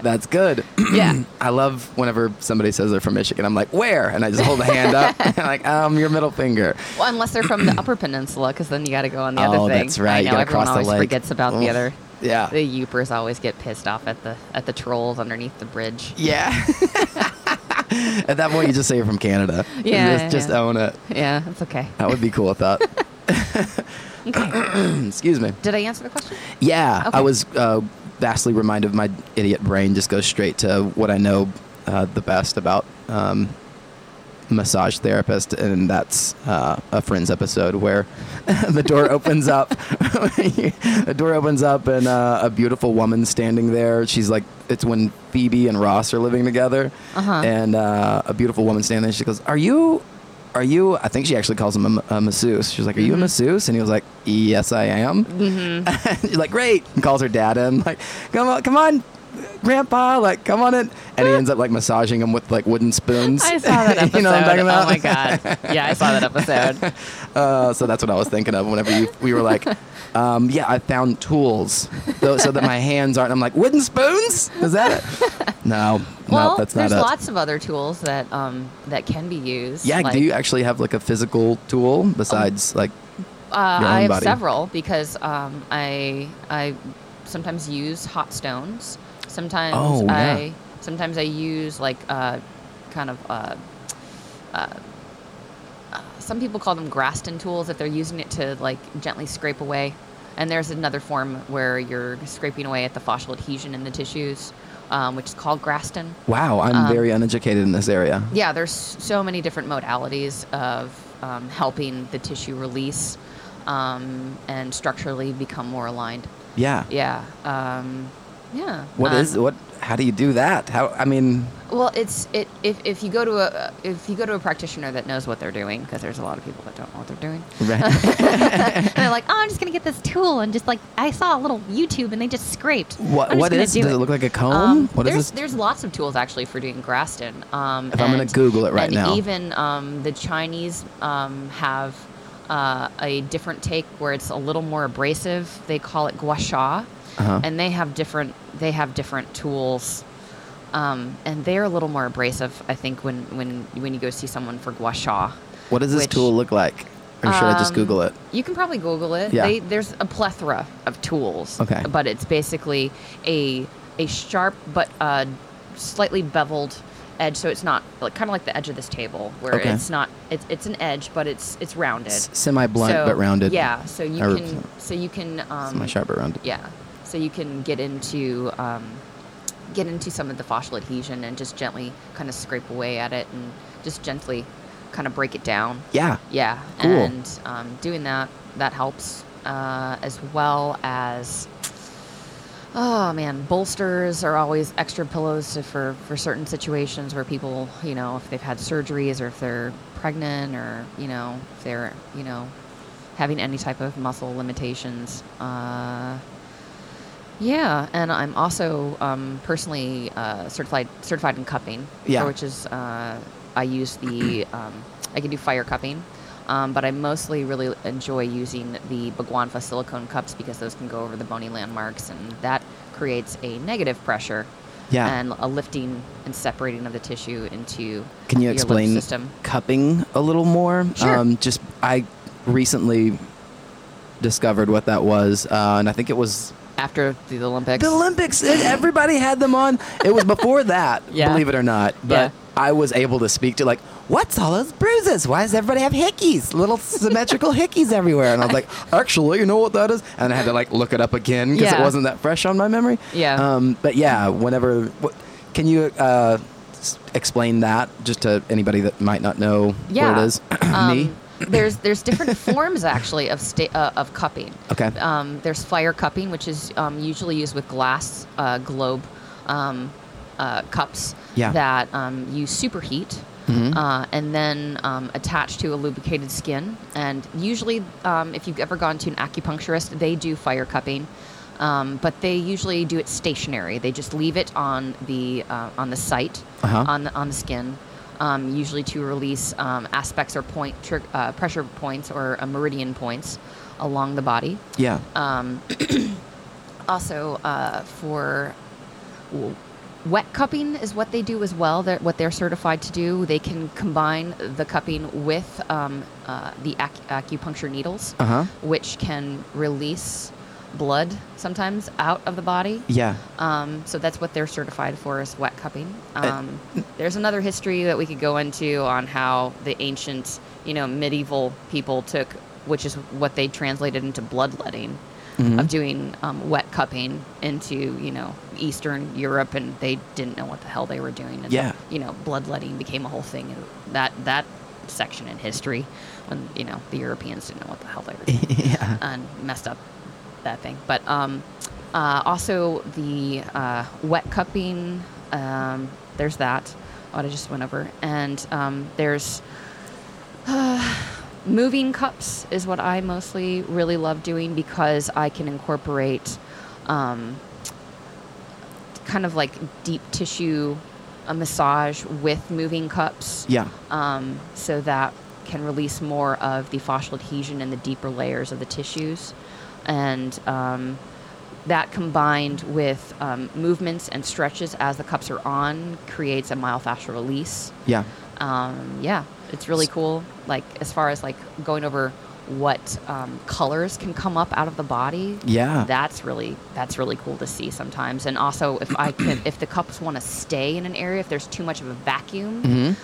Speaker 1: That's good. *clears throat*
Speaker 3: Yeah.
Speaker 1: *laughs* I love whenever somebody says they're from Michigan. I'm like, where? And I just hold the hand
Speaker 3: *laughs*
Speaker 1: up. *laughs* And I'm like, um, your middle finger.
Speaker 3: Well, unless they're from the Upper Peninsula, because then you got to go on the
Speaker 1: oh,
Speaker 3: other thing.
Speaker 1: that's right.
Speaker 3: I
Speaker 1: you
Speaker 3: know
Speaker 1: gotta
Speaker 3: everyone
Speaker 1: cross
Speaker 3: always
Speaker 1: the lake.
Speaker 3: forgets about
Speaker 1: Oof.
Speaker 3: the other.
Speaker 1: Yeah.
Speaker 3: The Upers always get pissed off at the at the trolls underneath the bridge.
Speaker 1: Yeah. *laughs* At that point, you just say you're from Canada.
Speaker 3: Yeah,
Speaker 1: Just,
Speaker 3: yeah,
Speaker 1: just
Speaker 3: yeah.
Speaker 1: own it.
Speaker 3: *laughs* Yeah, that's okay.
Speaker 1: That *laughs* would be cool. I thought.
Speaker 3: *laughs*
Speaker 1: *clears throat*
Speaker 3: okay.
Speaker 1: Excuse me.
Speaker 3: Did I answer the question?
Speaker 1: Yeah, I
Speaker 3: Okay.
Speaker 1: was uh, vastly reminded. My idiot brain just goes straight to what I know uh, the best about um, massage therapist, and that's uh, a Friends episode where *laughs* the door opens up. *laughs* the door opens up, and uh, a beautiful woman standing there. She's like, it's when Phoebe and Ross are living together,
Speaker 3: Uh-huh.
Speaker 1: and uh, a beautiful woman standing there. She goes, "Are you?" Are you? I think she actually calls him a, a masseuse. She's like, "Are
Speaker 3: Mm-hmm.
Speaker 1: you a masseuse?" And he was like, "Yes, I am." *laughs* She's like, great. And calls her dad in, like, come on, come on, grandpa, like, come on in. And he ends up like massaging him with like wooden spoons.
Speaker 3: I saw that
Speaker 1: *laughs* *laughs*
Speaker 3: episode.
Speaker 1: you know what I'm talking about?
Speaker 3: Oh my god. Yeah, I saw that episode.
Speaker 1: *laughs* Uh, so that's what I was thinking of whenever you, we were like, um, yeah, I found tools tho- so that my hands aren't. I'm like, wooden spoons? Is that
Speaker 3: *laughs*
Speaker 1: it? No,
Speaker 3: well,
Speaker 1: no, that's not
Speaker 3: there's
Speaker 1: it.
Speaker 3: lots of other tools that um that can be used.
Speaker 1: yeah,
Speaker 3: like- Um,
Speaker 1: do you actually have like a physical tool besides like,
Speaker 3: Uh,
Speaker 1: your own
Speaker 3: I have
Speaker 1: body?
Speaker 3: several because um, I I sometimes use hot stones. Sometimes
Speaker 1: Oh, yeah.
Speaker 3: I sometimes I use like uh, kind of. Uh, uh, uh, some people call them Graston tools if they're using it to like gently scrape away. And there's another form where you're scraping away at the fossil adhesion in the tissues, um, which is called Graston.
Speaker 1: wow, I'm
Speaker 3: Um,
Speaker 1: very uneducated in this area?
Speaker 3: Yeah, there's so many different modalities of um, helping the tissue release um, and structurally become more aligned.
Speaker 1: Yeah.
Speaker 3: Yeah, um, yeah.
Speaker 1: What
Speaker 3: Um,
Speaker 1: is what? How do you do that? How? I mean, *laughs*
Speaker 3: Well, it's it if, if you go to a if you go to a practitioner that knows what they're doing because there's a lot of people that don't know what they're doing.
Speaker 1: right.
Speaker 4: and they're like, oh, I'm just gonna get this tool and just like I saw a little YouTube and they just scraped.
Speaker 1: What,
Speaker 4: I'm just
Speaker 1: what
Speaker 4: gonna
Speaker 1: is?
Speaker 4: do
Speaker 1: Does it
Speaker 4: it.
Speaker 1: look like a comb?
Speaker 3: Um,
Speaker 1: what is
Speaker 3: there's,
Speaker 1: this?
Speaker 3: There's lots of tools actually for doing Graston. Um,
Speaker 1: If I'm gonna
Speaker 3: and-
Speaker 1: Google it right
Speaker 3: and
Speaker 1: now.
Speaker 3: even um, the Chinese um, have uh, a different take where it's a little more abrasive. They call it gua sha,
Speaker 1: Uh-huh.
Speaker 3: and they have different they have different tools. Um, and they're a little more abrasive, I think, when, when, when you go see someone for gua sha.
Speaker 1: What does this
Speaker 3: which-
Speaker 1: tool look like? Or should I just
Speaker 3: Um,
Speaker 1: Google it?
Speaker 3: You can probably Google it.
Speaker 1: Yeah.
Speaker 3: They, there's a plethora of tools.
Speaker 1: Okay.
Speaker 3: But it's basically a a sharp but uh, slightly beveled edge, so it's not like kind of like the edge of this table, where
Speaker 1: Okay.
Speaker 3: it's not it's it's an edge, but it's it's rounded.
Speaker 1: S- semi-blunt
Speaker 3: So-
Speaker 1: but rounded.
Speaker 3: Yeah. So you
Speaker 1: Or-
Speaker 3: can so you can um,
Speaker 1: Semi-sharp but rounded.
Speaker 3: Yeah. So you can get into um, get into some of the fossil adhesion and just gently kind of scrape away at it and just gently kind of break it down.
Speaker 1: Yeah.
Speaker 3: Yeah,
Speaker 1: Cool.
Speaker 3: and um, doing that that helps uh, as well as. Oh man, bolsters are always extra pillows to- for for certain situations where people, you know, if they've had surgeries or if they're pregnant or you know if they're you know having any type of muscle limitations. Uh, yeah, and I'm also um, personally uh, certified certified in cupping,
Speaker 1: Yeah.
Speaker 3: *clears throat* which is uh, I use the um, I can do fire cupping, Um, but I mostly really enjoy using the Baguanfa silicone cups because those can go over the bony landmarks, and that creates a negative pressure
Speaker 1: Yeah.
Speaker 3: and a lifting and separating of the tissue into
Speaker 1: Can you
Speaker 3: your lymph
Speaker 1: explain
Speaker 3: system.
Speaker 1: cupping a little more?
Speaker 3: Sure.
Speaker 1: Um, just I recently discovered what that was, uh, and I think it was
Speaker 3: after the Olympics?
Speaker 1: the Olympics. and Everybody had them on. It was before
Speaker 3: *laughs*
Speaker 1: that,
Speaker 3: Yeah.
Speaker 1: believe it or not. But I was able to speak to like, what's all those bruises? Why does everybody have hickeys? Little
Speaker 3: *laughs*
Speaker 1: symmetrical hickeys everywhere. And I was like, actually, you know what that is? And I had to like look it up again because it
Speaker 3: Yeah.
Speaker 1: wasn't that fresh on my memory.
Speaker 3: Yeah.
Speaker 1: Um, but yeah, whenever, wh- can you uh, s- explain that just to anybody that might not know what it is? *clears throat*
Speaker 3: Um,
Speaker 1: Me.
Speaker 3: there's there's different forms actually of sta- uh, of cupping.
Speaker 1: Okay.
Speaker 3: Um, there's fire cupping, which is um, usually used with glass uh, globe um, uh, cups
Speaker 1: Yeah.
Speaker 3: that um, use superheat.
Speaker 1: Mhm.
Speaker 3: Uh, and then um, attached to a lubricated skin. And usually, um, if you've ever gone to an acupuncturist, they do fire cupping, um, but they usually do it stationary. They just leave it on the uh, on the site
Speaker 1: Uh-huh.
Speaker 3: on the, on the skin, um, usually to release um, aspects or point trig- uh, pressure points or uh, meridian points along the body.
Speaker 1: yeah.
Speaker 3: Um, also, uh, for w- wet cupping is what they do as well. They're, what they're certified to do, they can combine the cupping with um, uh, the ac- acupuncture needles,
Speaker 1: Uh huh.
Speaker 3: which can release blood sometimes out of the body.
Speaker 1: Yeah.
Speaker 3: Um, so that's what they're certified for is wet cupping.
Speaker 1: Uh,
Speaker 3: Um, there's another history that we could go into on how the ancient, you know, medieval people took, which is what they translated into bloodletting, of doing um, wet cupping into, you know, Eastern Europe, and they didn't know what the hell they were doing. And,
Speaker 1: Yeah.
Speaker 3: You know, bloodletting became a whole thing. And that that section in history, when you know the Europeans didn't know what the hell they were doing
Speaker 1: *laughs* yeah.
Speaker 3: and messed up that thing. But um, uh, also the uh, wet cupping. Um, there's that. What I just went over, and um, there's moving cups is what I mostly really love doing because I can incorporate um, kind of like deep tissue a massage with moving cups
Speaker 1: Yeah.
Speaker 3: um, so that can release more of the fascial adhesion and the deeper layers of the tissues. And um, that combined with um, movements and stretches as the cups are on creates a myofascial release.
Speaker 1: Yeah.
Speaker 3: Um, yeah, it's really cool. Like as far as like going over what um, colors can come up out of the body.
Speaker 1: Yeah.
Speaker 3: That's really that's really cool to see sometimes. And also if
Speaker 1: *clears throat*
Speaker 3: I can if the cups want to stay in an area if there's too much of a vacuum
Speaker 1: Mhm.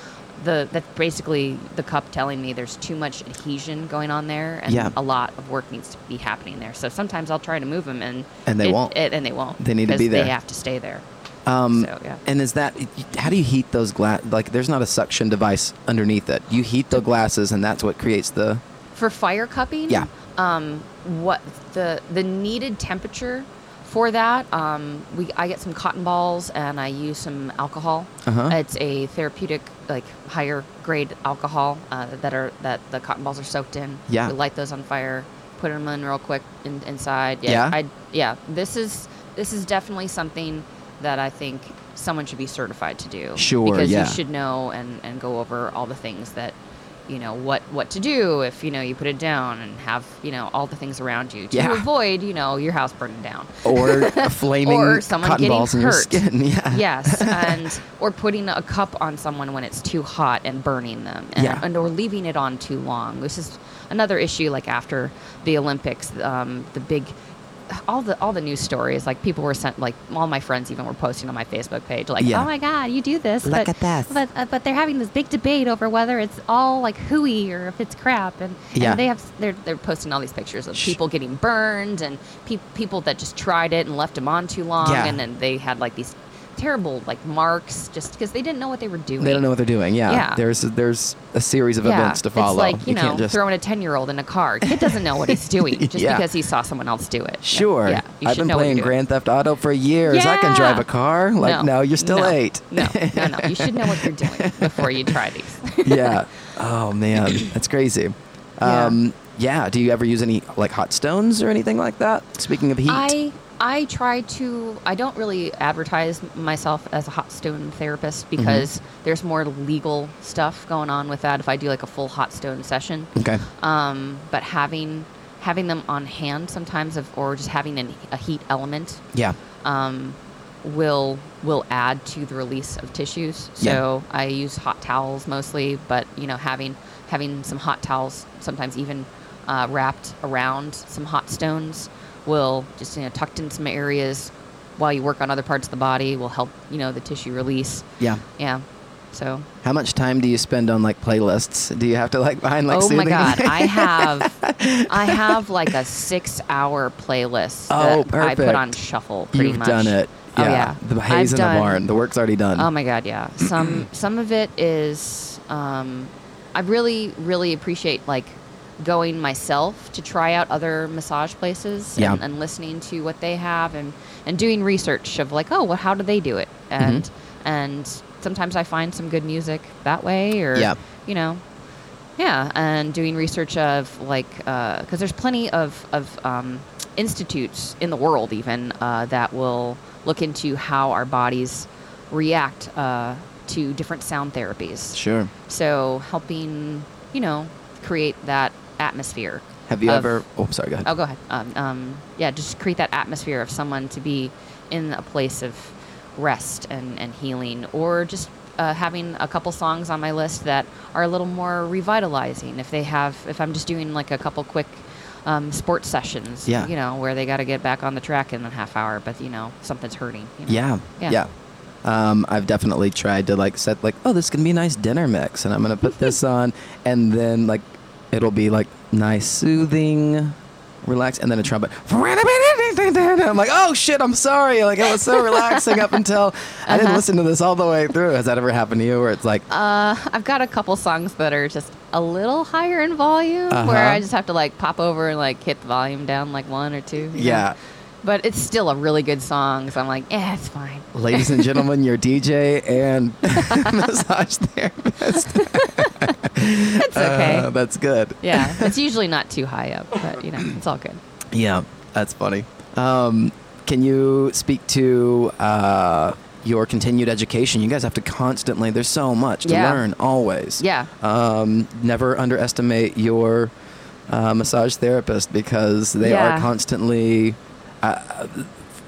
Speaker 3: the that's basically the cup telling me there's too much adhesion going on there and
Speaker 1: Yeah.
Speaker 3: a lot of work needs to be happening there. So sometimes I'll try to move them and
Speaker 1: And they
Speaker 3: it-
Speaker 1: won't.
Speaker 3: it- and they won't.
Speaker 1: They need to
Speaker 3: 'cause
Speaker 1: be there.
Speaker 3: They have to stay there.
Speaker 1: Um,
Speaker 3: So, yeah.
Speaker 1: And is that how do you heat those glass? Like, there's not a suction device underneath it. You heat the glasses, and that's what creates the.
Speaker 3: for fire cupping
Speaker 1: Yeah.
Speaker 3: um what the the needed temperature for that um we i get some cotton balls and i use some alcohol
Speaker 1: Uh-huh.
Speaker 3: it's a therapeutic like higher grade alcohol uh, that are that the cotton balls are soaked in
Speaker 1: Yeah.
Speaker 3: we light those on fire put them in real quick in, inside
Speaker 1: Yeah?
Speaker 3: i yeah this is this is definitely something that i think someone should be certified to do
Speaker 1: Sure,
Speaker 3: because
Speaker 1: yeah.
Speaker 3: you should know and, and go over all the things that you know what what to do if you know you put it down and have you know all the things around you to
Speaker 1: Yeah.
Speaker 3: avoid you know your house burning down *laughs*
Speaker 1: Or a flaming
Speaker 3: Or someone
Speaker 1: cotton
Speaker 3: getting
Speaker 1: balls in your
Speaker 3: hurt.
Speaker 1: skin. *laughs* Yeah.
Speaker 3: yes and or putting a cup on someone when it's too hot and burning them and,
Speaker 1: Yeah.
Speaker 3: and or leaving it on too long this is another issue like after the olympics um, the big all the all the news stories like people were sent like all my friends even were posting on my facebook page like
Speaker 1: Yeah.
Speaker 4: Oh my God, you do this.
Speaker 1: Look
Speaker 4: but,
Speaker 1: at this.
Speaker 4: But, uh, but they're having this big debate over whether it's all like hooey or if it's crap. And, and
Speaker 1: Yeah.
Speaker 4: they have,
Speaker 3: they're they're posting all these pictures of
Speaker 1: Sh-
Speaker 3: people getting burned and pe- people that just tried it and left them on too long
Speaker 1: Yeah.
Speaker 3: and then they had like these terrible like marks just because they didn't know what they were doing.
Speaker 1: They don't know what they're doing. Yeah.
Speaker 3: Yeah.
Speaker 1: There's there's a series of
Speaker 3: yeah.
Speaker 1: events to follow.
Speaker 3: It's like you, know
Speaker 1: can't just.
Speaker 3: throwing a ten year old in a car. Kid doesn't know what
Speaker 1: *laughs*
Speaker 3: he's doing just
Speaker 1: Yeah.
Speaker 3: because he saw someone else do it. Yeah.
Speaker 1: Sure.
Speaker 3: Yeah. You
Speaker 1: I've
Speaker 3: should
Speaker 1: been
Speaker 3: know what
Speaker 1: playing
Speaker 3: you're doing.
Speaker 1: Grand Theft Auto for years. I can
Speaker 3: Yeah.
Speaker 1: drive a car. Like, no, you're still
Speaker 3: no,
Speaker 1: eight.
Speaker 3: No, no, no. You should know what you're doing before you try these.
Speaker 1: *laughs* yeah. Oh
Speaker 3: *clears throat*
Speaker 1: man, that's crazy.
Speaker 3: Yeah.
Speaker 1: Um, yeah. Do you ever use any like hot stones or anything like that? Speaking of heat.
Speaker 3: *laughs* I I try to. I don't really advertise myself as a hot stone therapist
Speaker 1: Mm-hmm.
Speaker 3: because there's more legal stuff going on with that. If I do like a full hot stone session,
Speaker 1: Okay.
Speaker 3: um, but having having them on hand sometimes, of, or just having an, a heat element
Speaker 1: Yeah.
Speaker 3: um, will will add to the release of tissues. So I use hot towels mostly, but you know having having some hot towels, sometimes even uh, wrapped around some hot stones, will just you know tucked in some areas while you work on other parts of the body will help you know the tissue release.
Speaker 1: Yeah.
Speaker 3: Yeah. So
Speaker 1: How much time do you spend on like playlists? Do you have to like behind like
Speaker 3: oh my
Speaker 1: soothing? *laughs*
Speaker 3: god, I have I have like a six hour playlist
Speaker 1: Oh,
Speaker 3: that I put on
Speaker 1: perfect.
Speaker 3: shuffle. Pretty
Speaker 1: You've
Speaker 3: much.
Speaker 1: done it.
Speaker 3: Oh yeah,
Speaker 1: The haze
Speaker 3: I've
Speaker 1: in
Speaker 3: done-
Speaker 1: the barn. The work's already done.
Speaker 3: Oh my god, yeah.
Speaker 1: *clears throat*
Speaker 3: Some some of it is um, I really really appreciate like going myself to try out other massage places
Speaker 1: Yeah.
Speaker 3: and, and listening to what they have and and doing research of like oh what how do they do it
Speaker 1: Mm-hmm.
Speaker 3: and and sometimes I find some good music that way or
Speaker 1: Yeah.
Speaker 3: you know yeah, and doing research of like because there's plenty of of um, institutes in the world even uh, that will look into how our bodies react uh, to different sound therapies.
Speaker 1: Sure.
Speaker 3: So helping you know create that atmosphere.
Speaker 1: Have you
Speaker 3: of-
Speaker 1: ever? Oh, sorry. Go ahead.
Speaker 3: Oh, go ahead. Um, um, yeah, just create that atmosphere of someone to be in a place of rest and, and healing, or just uh, having a couple songs on my list that are a little more revitalizing. If they have, if I'm just doing like a couple quick um, sports sessions,
Speaker 1: Yeah.
Speaker 3: you know, where they got to get back on the track in a half hour, but you know, something's hurting. you know.
Speaker 1: Yeah.
Speaker 3: Yeah.
Speaker 1: Yeah. Um, I've definitely tried to like set like, oh, this is gonna be a nice dinner mix, and I'm gonna put
Speaker 3: *laughs*
Speaker 1: this on, and then like, it'll be like nice, soothing, relaxed, and then a trumpet. I'm like, oh shit, I'm sorry. Like it was so relaxing up until I didn't listen to this all the way through. Has that ever happened to you? Where it's like,
Speaker 3: Uh-huh. Uh, I've got a couple songs that are just a little higher in volume, where
Speaker 1: Uh-huh.
Speaker 3: I just have to like pop over and like hit the volume down like one or two. you know?
Speaker 1: yeah,
Speaker 3: But it's still a really good song, so I'm like, yeah, it's fine.
Speaker 1: ladies and gentlemen, your DJ
Speaker 3: *laughs*
Speaker 1: and *laughs* massage therapist.
Speaker 3: It's okay.
Speaker 1: Uh, that's good.
Speaker 3: yeah, it's usually not too high up, but you know, it's all good.
Speaker 1: Yeah, that's funny. Um, can you speak to uh, your continued education? You guys have to constantly. There's so much to
Speaker 3: Yeah.
Speaker 1: learn always.
Speaker 3: Yeah.
Speaker 1: Um, never underestimate your uh, massage therapist because they are
Speaker 3: Yeah.
Speaker 1: constantly. Uh,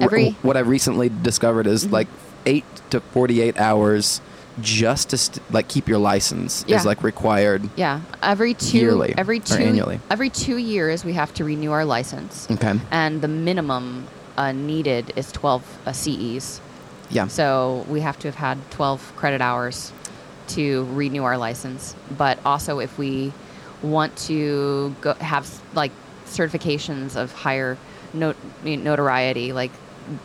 Speaker 3: Every- Mm-hmm.
Speaker 1: what I recently discovered is like eight to forty-eight hours just to st- like keep your license
Speaker 3: Yeah.
Speaker 1: is like required.
Speaker 3: Yeah, every two
Speaker 1: Yearly
Speaker 3: every
Speaker 1: or
Speaker 3: two
Speaker 1: annually? Mm.
Speaker 3: every two years we have to renew our license,
Speaker 1: Okay.
Speaker 3: and the minimum uh, needed is 12 uh, CEs.
Speaker 1: Yeah.
Speaker 3: So we have to have had 12 credit hours to renew our license. But also, if we want to go, have like certifications of higher not- notoriety, like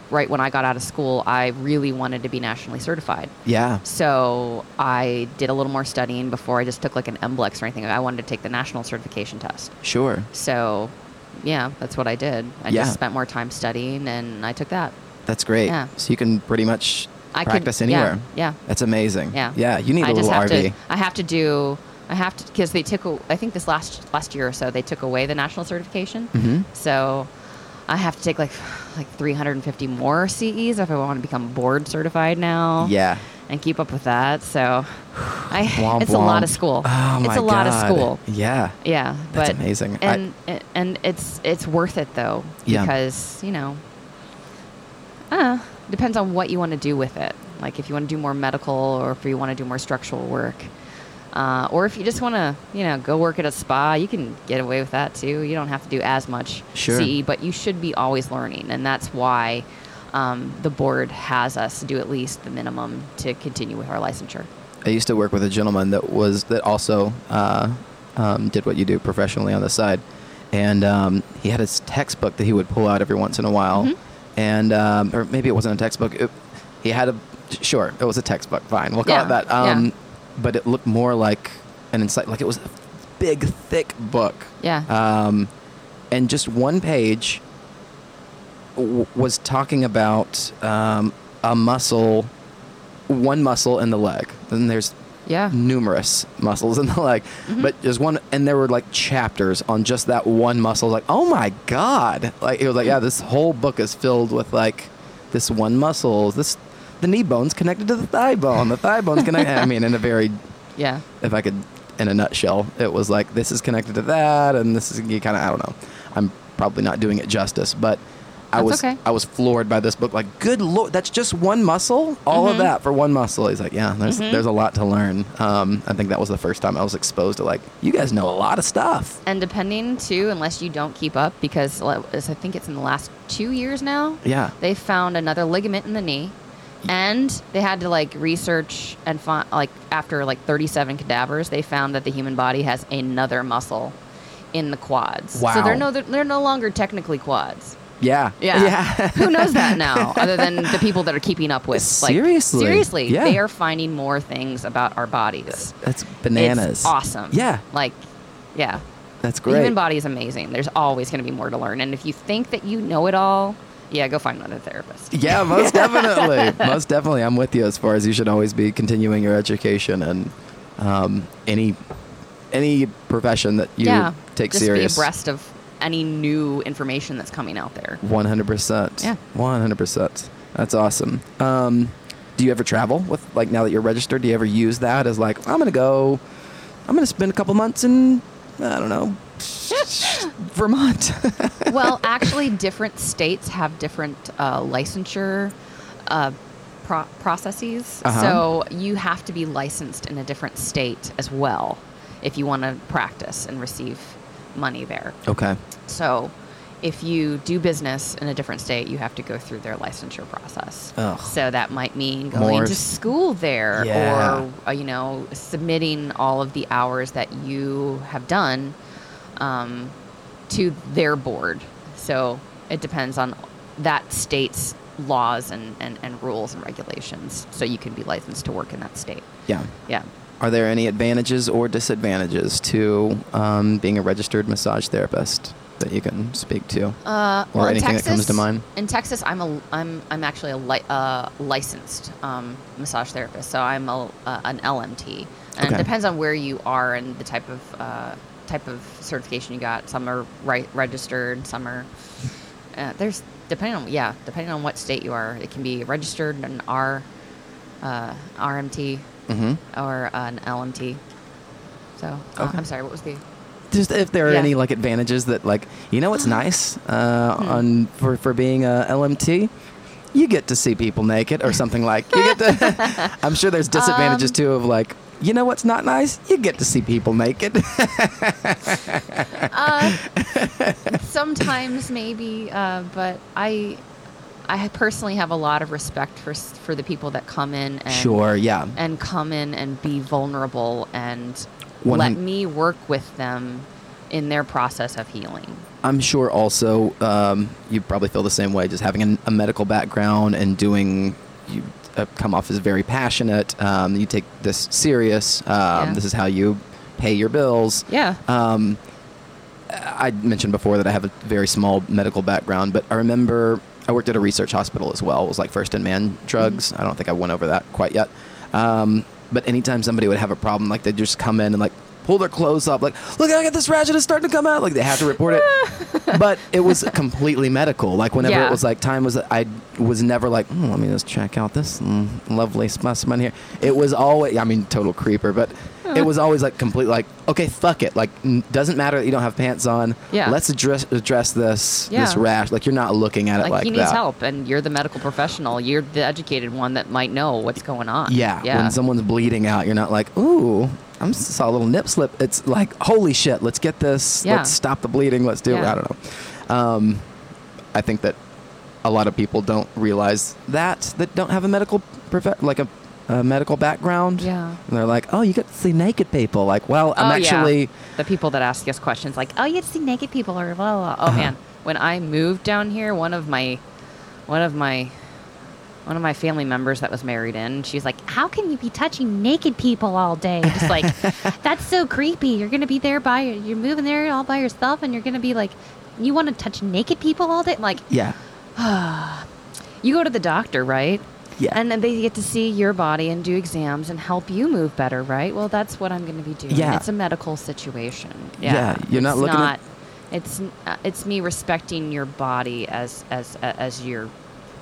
Speaker 3: right when I got out of school, I really wanted to be nationally certified.
Speaker 1: yeah.
Speaker 3: So I did a little more studying before I just took like an MBLEX or anything. I wanted to take the national certification test.
Speaker 1: Sure.
Speaker 3: So, yeah, that's what I did. I
Speaker 1: Yeah.
Speaker 3: just spent more time studying and I took that.
Speaker 1: That's great.
Speaker 3: Yeah.
Speaker 1: So you can pretty much
Speaker 3: I could-
Speaker 1: practice
Speaker 3: yeah,
Speaker 1: anywhere.
Speaker 3: yeah.
Speaker 1: That's amazing.
Speaker 3: Yeah.
Speaker 1: Yeah. You need a
Speaker 3: I
Speaker 1: little
Speaker 3: just have
Speaker 1: RV.
Speaker 3: to. I have to do. I have to because they took. a- I think this last last year or so they took away the national certification.
Speaker 1: Mhm.
Speaker 3: So I have to take like like 350 more CEs if I want to become board certified now.
Speaker 1: Yeah.
Speaker 3: And keep up with that. So I.
Speaker 1: *laughs* Womp
Speaker 3: it's a lot of
Speaker 1: womp.
Speaker 3: school.
Speaker 1: Oh
Speaker 3: it's
Speaker 1: my
Speaker 3: a lot of
Speaker 1: God.
Speaker 3: school.
Speaker 1: Yeah.
Speaker 3: Yeah,
Speaker 1: That's
Speaker 3: but
Speaker 1: amazing. I-
Speaker 3: And and it's it's worth it though
Speaker 1: Yeah.
Speaker 3: because you know, uh, depends on what you want to do with it. Like if you want to do more medical, or if you want to do more structural work, uh, or if you just want to you know go work at a spa, you can get away with that too. You don't have to do as much
Speaker 1: Sure.
Speaker 3: CE, but you should be always learning, and that's why. Um, the board has us do at least the minimum to continue with our licensure.
Speaker 1: I used to work with a gentleman that was that also uh, um, did what you do professionally on the side, and um, he had his textbook that he would pull out every once in a while,
Speaker 3: Mm-hmm.
Speaker 1: and um, or maybe it wasn't a textbook. It, he had a sure, it was a textbook. Fine, we'll call
Speaker 3: Yeah,
Speaker 1: it that.
Speaker 3: yeah.
Speaker 1: Um, But it looked more like an insight, like it was a big, thick book.
Speaker 3: Yeah.
Speaker 1: Um, and just one page w- was talking about um, a muscle one muscle in the leg. Then there's
Speaker 3: Yeah.
Speaker 1: numerous muscles in the leg. But there's one, and there were like chapters on just that one muscle. Like, oh my god! Like it was like, yeah, this whole book is filled with like this one muscle. This the knee bone's connected to the thigh bone. The thigh bone's connected. I mean, in a very,
Speaker 3: Yeah.
Speaker 1: if I could, in a nutshell, it was like this is connected to that, and this is you kind of I don't know. I'm probably not doing it justice, but. I
Speaker 3: That's
Speaker 1: was
Speaker 3: okay.
Speaker 1: I was floored by this book. Like, good lord, that's just one muscle. All
Speaker 3: Mm-hmm.
Speaker 1: of that for one muscle. He's like, yeah, there's there's a lot to learn. Um, I think that was the first time I was exposed to like, you guys know a lot of stuff.
Speaker 3: And depending too, unless you don't keep up, because like, as I think it's in the last two years now,
Speaker 1: Yeah,
Speaker 3: they found another ligament in the knee, and they had to like research and find like after like 37 cadavers, they found that the human body has another muscle in the quads. So
Speaker 1: Wow.
Speaker 3: they're no they're, they're no longer technically quads.
Speaker 1: yeah,
Speaker 3: Yeah.
Speaker 1: yeah.
Speaker 3: *laughs*
Speaker 1: *laughs*
Speaker 3: Who knows that now, other than the people that are keeping up with? Like,
Speaker 1: Seriously.
Speaker 3: seriously,
Speaker 1: Yeah.
Speaker 3: they are finding more things about our bodies.
Speaker 1: that's bananas.
Speaker 3: It's awesome.
Speaker 1: Yeah,
Speaker 3: Like, yeah.
Speaker 1: that's
Speaker 3: The
Speaker 1: great.
Speaker 3: human body is amazing. There's always going to be more to learn. And if you think that you know it all, yeah, go find another therapist. *laughs*
Speaker 1: Yeah, most definitely. most definitely. I'm with you as far as you should always be continuing your education and um, any any profession that you
Speaker 3: yeah.
Speaker 1: take
Speaker 3: Just
Speaker 1: serious.
Speaker 3: be abreast of any new information that's coming out
Speaker 1: *laughs*
Speaker 3: there.
Speaker 1: One hundred percent.
Speaker 3: Yeah.
Speaker 1: One hundred percent. That's awesome. Um, do you ever travel with like now that you're registered? Do you ever use that as like I'm gonna go, I'm gonna spend a couple months in I don't
Speaker 3: *laughs*
Speaker 1: know Vermont. *laughs*
Speaker 3: well, actually, different states have different uh, licensure uh, pro- processes.
Speaker 1: Uh-huh.
Speaker 3: So you have to be licensed in a different state as well if you want to practice and receive money there.
Speaker 1: okay.
Speaker 3: So if you do business in a different state, you have to go through their licensure process.
Speaker 1: Ugh.
Speaker 3: So that might mean going
Speaker 1: More
Speaker 3: to
Speaker 1: s-
Speaker 3: school there
Speaker 1: Yeah.
Speaker 3: or, uh, you know, submitting all of the hours that you have done um, to their board. So it depends on that state's laws and, and, and rules and regulations. So you can be licensed to work in that state.
Speaker 1: Yeah.
Speaker 3: Yeah.
Speaker 1: Are there any advantages or disadvantages to um, being a registered massage therapist that you can speak to?
Speaker 3: Uh,
Speaker 1: Or
Speaker 3: well, in
Speaker 1: anything that comes to
Speaker 3: Texas-
Speaker 1: mind?
Speaker 3: In Texas, I'm a I'm I'm actually a li- uh, licensed um, massage therapist, so I'm a, uh, an LMT, and
Speaker 1: Okay.
Speaker 3: it depends on where you are and the type of uh, type of certification you got. Some are right registered, some are uh, there's depending on yeah depending on what state you are, it can be registered an R, uh, RMT,
Speaker 1: hmm
Speaker 3: or uh, an LMT. So uh,
Speaker 1: Okay.
Speaker 3: I'm sorry, what was the
Speaker 1: Just if there are
Speaker 3: Yeah.
Speaker 1: any like advantages that like you know what's nice uh, on for for being a LMT. You get to see people naked or something like. You get *laughs* to. I'm sure there's disadvantages too of like. You know what's not nice? You get to see people naked.
Speaker 3: uh, sometimes maybe, uh, but I, I personally have a lot of respect for s- for the people that come in
Speaker 1: *laughs*
Speaker 3: and
Speaker 1: sure. Yeah.
Speaker 3: and come in and be vulnerable and
Speaker 1: One
Speaker 3: let
Speaker 1: hun-
Speaker 3: me work with them in their process of healing.
Speaker 1: I'm sure also um, you probably feel the same way, just having an, a medical background and doing, you uh, come off as very passionate. Um, you take this serious. Um,
Speaker 3: Yeah.
Speaker 1: This is how you pay your bills.
Speaker 3: Yeah.
Speaker 1: Um, I mentioned before that I have a very small medical background, but I remember I worked at a research hospital as well. It was like first in man drugs. I don't think I went over that quite yet. Um, but anytime somebody would have a problem, like they'd just come in and like pull their clothes up, like, look, I got this ratchet, it's starting to come out. Like they had to report it. but it was completely medical. Like whenever
Speaker 3: Yeah.
Speaker 1: it was like time was, I was never like, "Hmm, let me just check out this mm, lovely specimen here. It was always, I mean, total creeper, but it was always like complete, like, okay, fuck it. Like, n- doesn't matter that you don't have pants on.
Speaker 3: Yeah.
Speaker 1: Let's address address this this
Speaker 3: Yeah.
Speaker 1: rash. Like you're not looking at it
Speaker 3: Like,
Speaker 1: like,
Speaker 3: he needs
Speaker 1: that.
Speaker 3: help, and you're the medical professional. You're the educated one that might know what's going on.
Speaker 1: Yeah.
Speaker 3: yeah.
Speaker 1: When someone's bleeding out, you're not like, ooh, I'm s- saw a little nip slip. It's like, holy shit, let's get this.
Speaker 3: Yeah.
Speaker 1: Let's stop the bleeding. Let's do
Speaker 3: Yeah.
Speaker 1: I don't know. Um, I think that a lot of people don't realize that that don't have a medical prof- like a, a medical background.
Speaker 3: Yeah.
Speaker 1: And they're like, oh, you get to see naked people. Like, well, I'm
Speaker 3: Oh, yeah.
Speaker 1: actually.
Speaker 3: the people that ask us questions like,
Speaker 4: Oh, you get to see naked people or uh, blah blah. blah.
Speaker 1: Uh-huh.
Speaker 3: Oh man, when I moved down here, one of my, one of my, one of my family members that was married in, she's like,
Speaker 4: How can you be touching naked people all day?
Speaker 1: *laughs*
Speaker 4: Just like that's so creepy. You're gonna be there by you're moving there all by yourself, and you're gonna be like, you want to touch naked people all day? I'm like
Speaker 1: Yeah.
Speaker 3: you go to the doctor, right?
Speaker 1: Yeah.
Speaker 3: And then they get to see your body and do exams and help you move better, right? Well, that's what I'm going to be doing.
Speaker 1: Yeah.
Speaker 3: It's a medical situation.
Speaker 1: Yeah,
Speaker 3: Yeah.
Speaker 1: you're not
Speaker 3: it's
Speaker 1: looking at-
Speaker 3: Not, it's n- uh, it's me respecting your body as as a- as your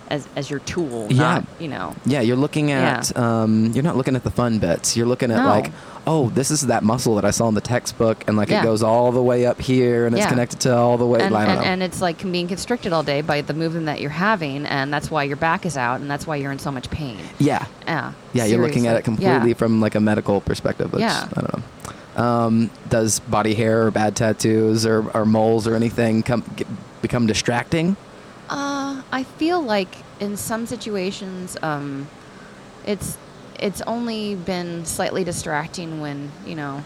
Speaker 3: as as your tool.
Speaker 1: Yeah.
Speaker 3: Not, you know.
Speaker 1: Yeah, you're looking at um, you're not looking at the fun bits. You're looking at
Speaker 3: No.
Speaker 1: like, oh, this is that muscle that I saw in the textbook, and like it
Speaker 3: Yeah.
Speaker 1: goes all the way up here, and it's
Speaker 3: Yeah.
Speaker 1: connected to all the way.
Speaker 3: and,
Speaker 1: I don't
Speaker 3: and,
Speaker 1: know.
Speaker 3: and it's like being constricted all day by the movement that you're having, and that's why your back is out, and that's why you're in so much pain.
Speaker 1: yeah,
Speaker 3: Yeah.
Speaker 1: yeah, you're looking at it
Speaker 3: seriously. Yeah.
Speaker 1: completely from like a medical perspective. It's,
Speaker 3: Yeah.
Speaker 1: I don't know. Um, does body hair or bad tattoos or, or moles or anything come get, become distracting?
Speaker 3: Uh, I feel like in some situations, um, it's it's only been slightly distracting when you know.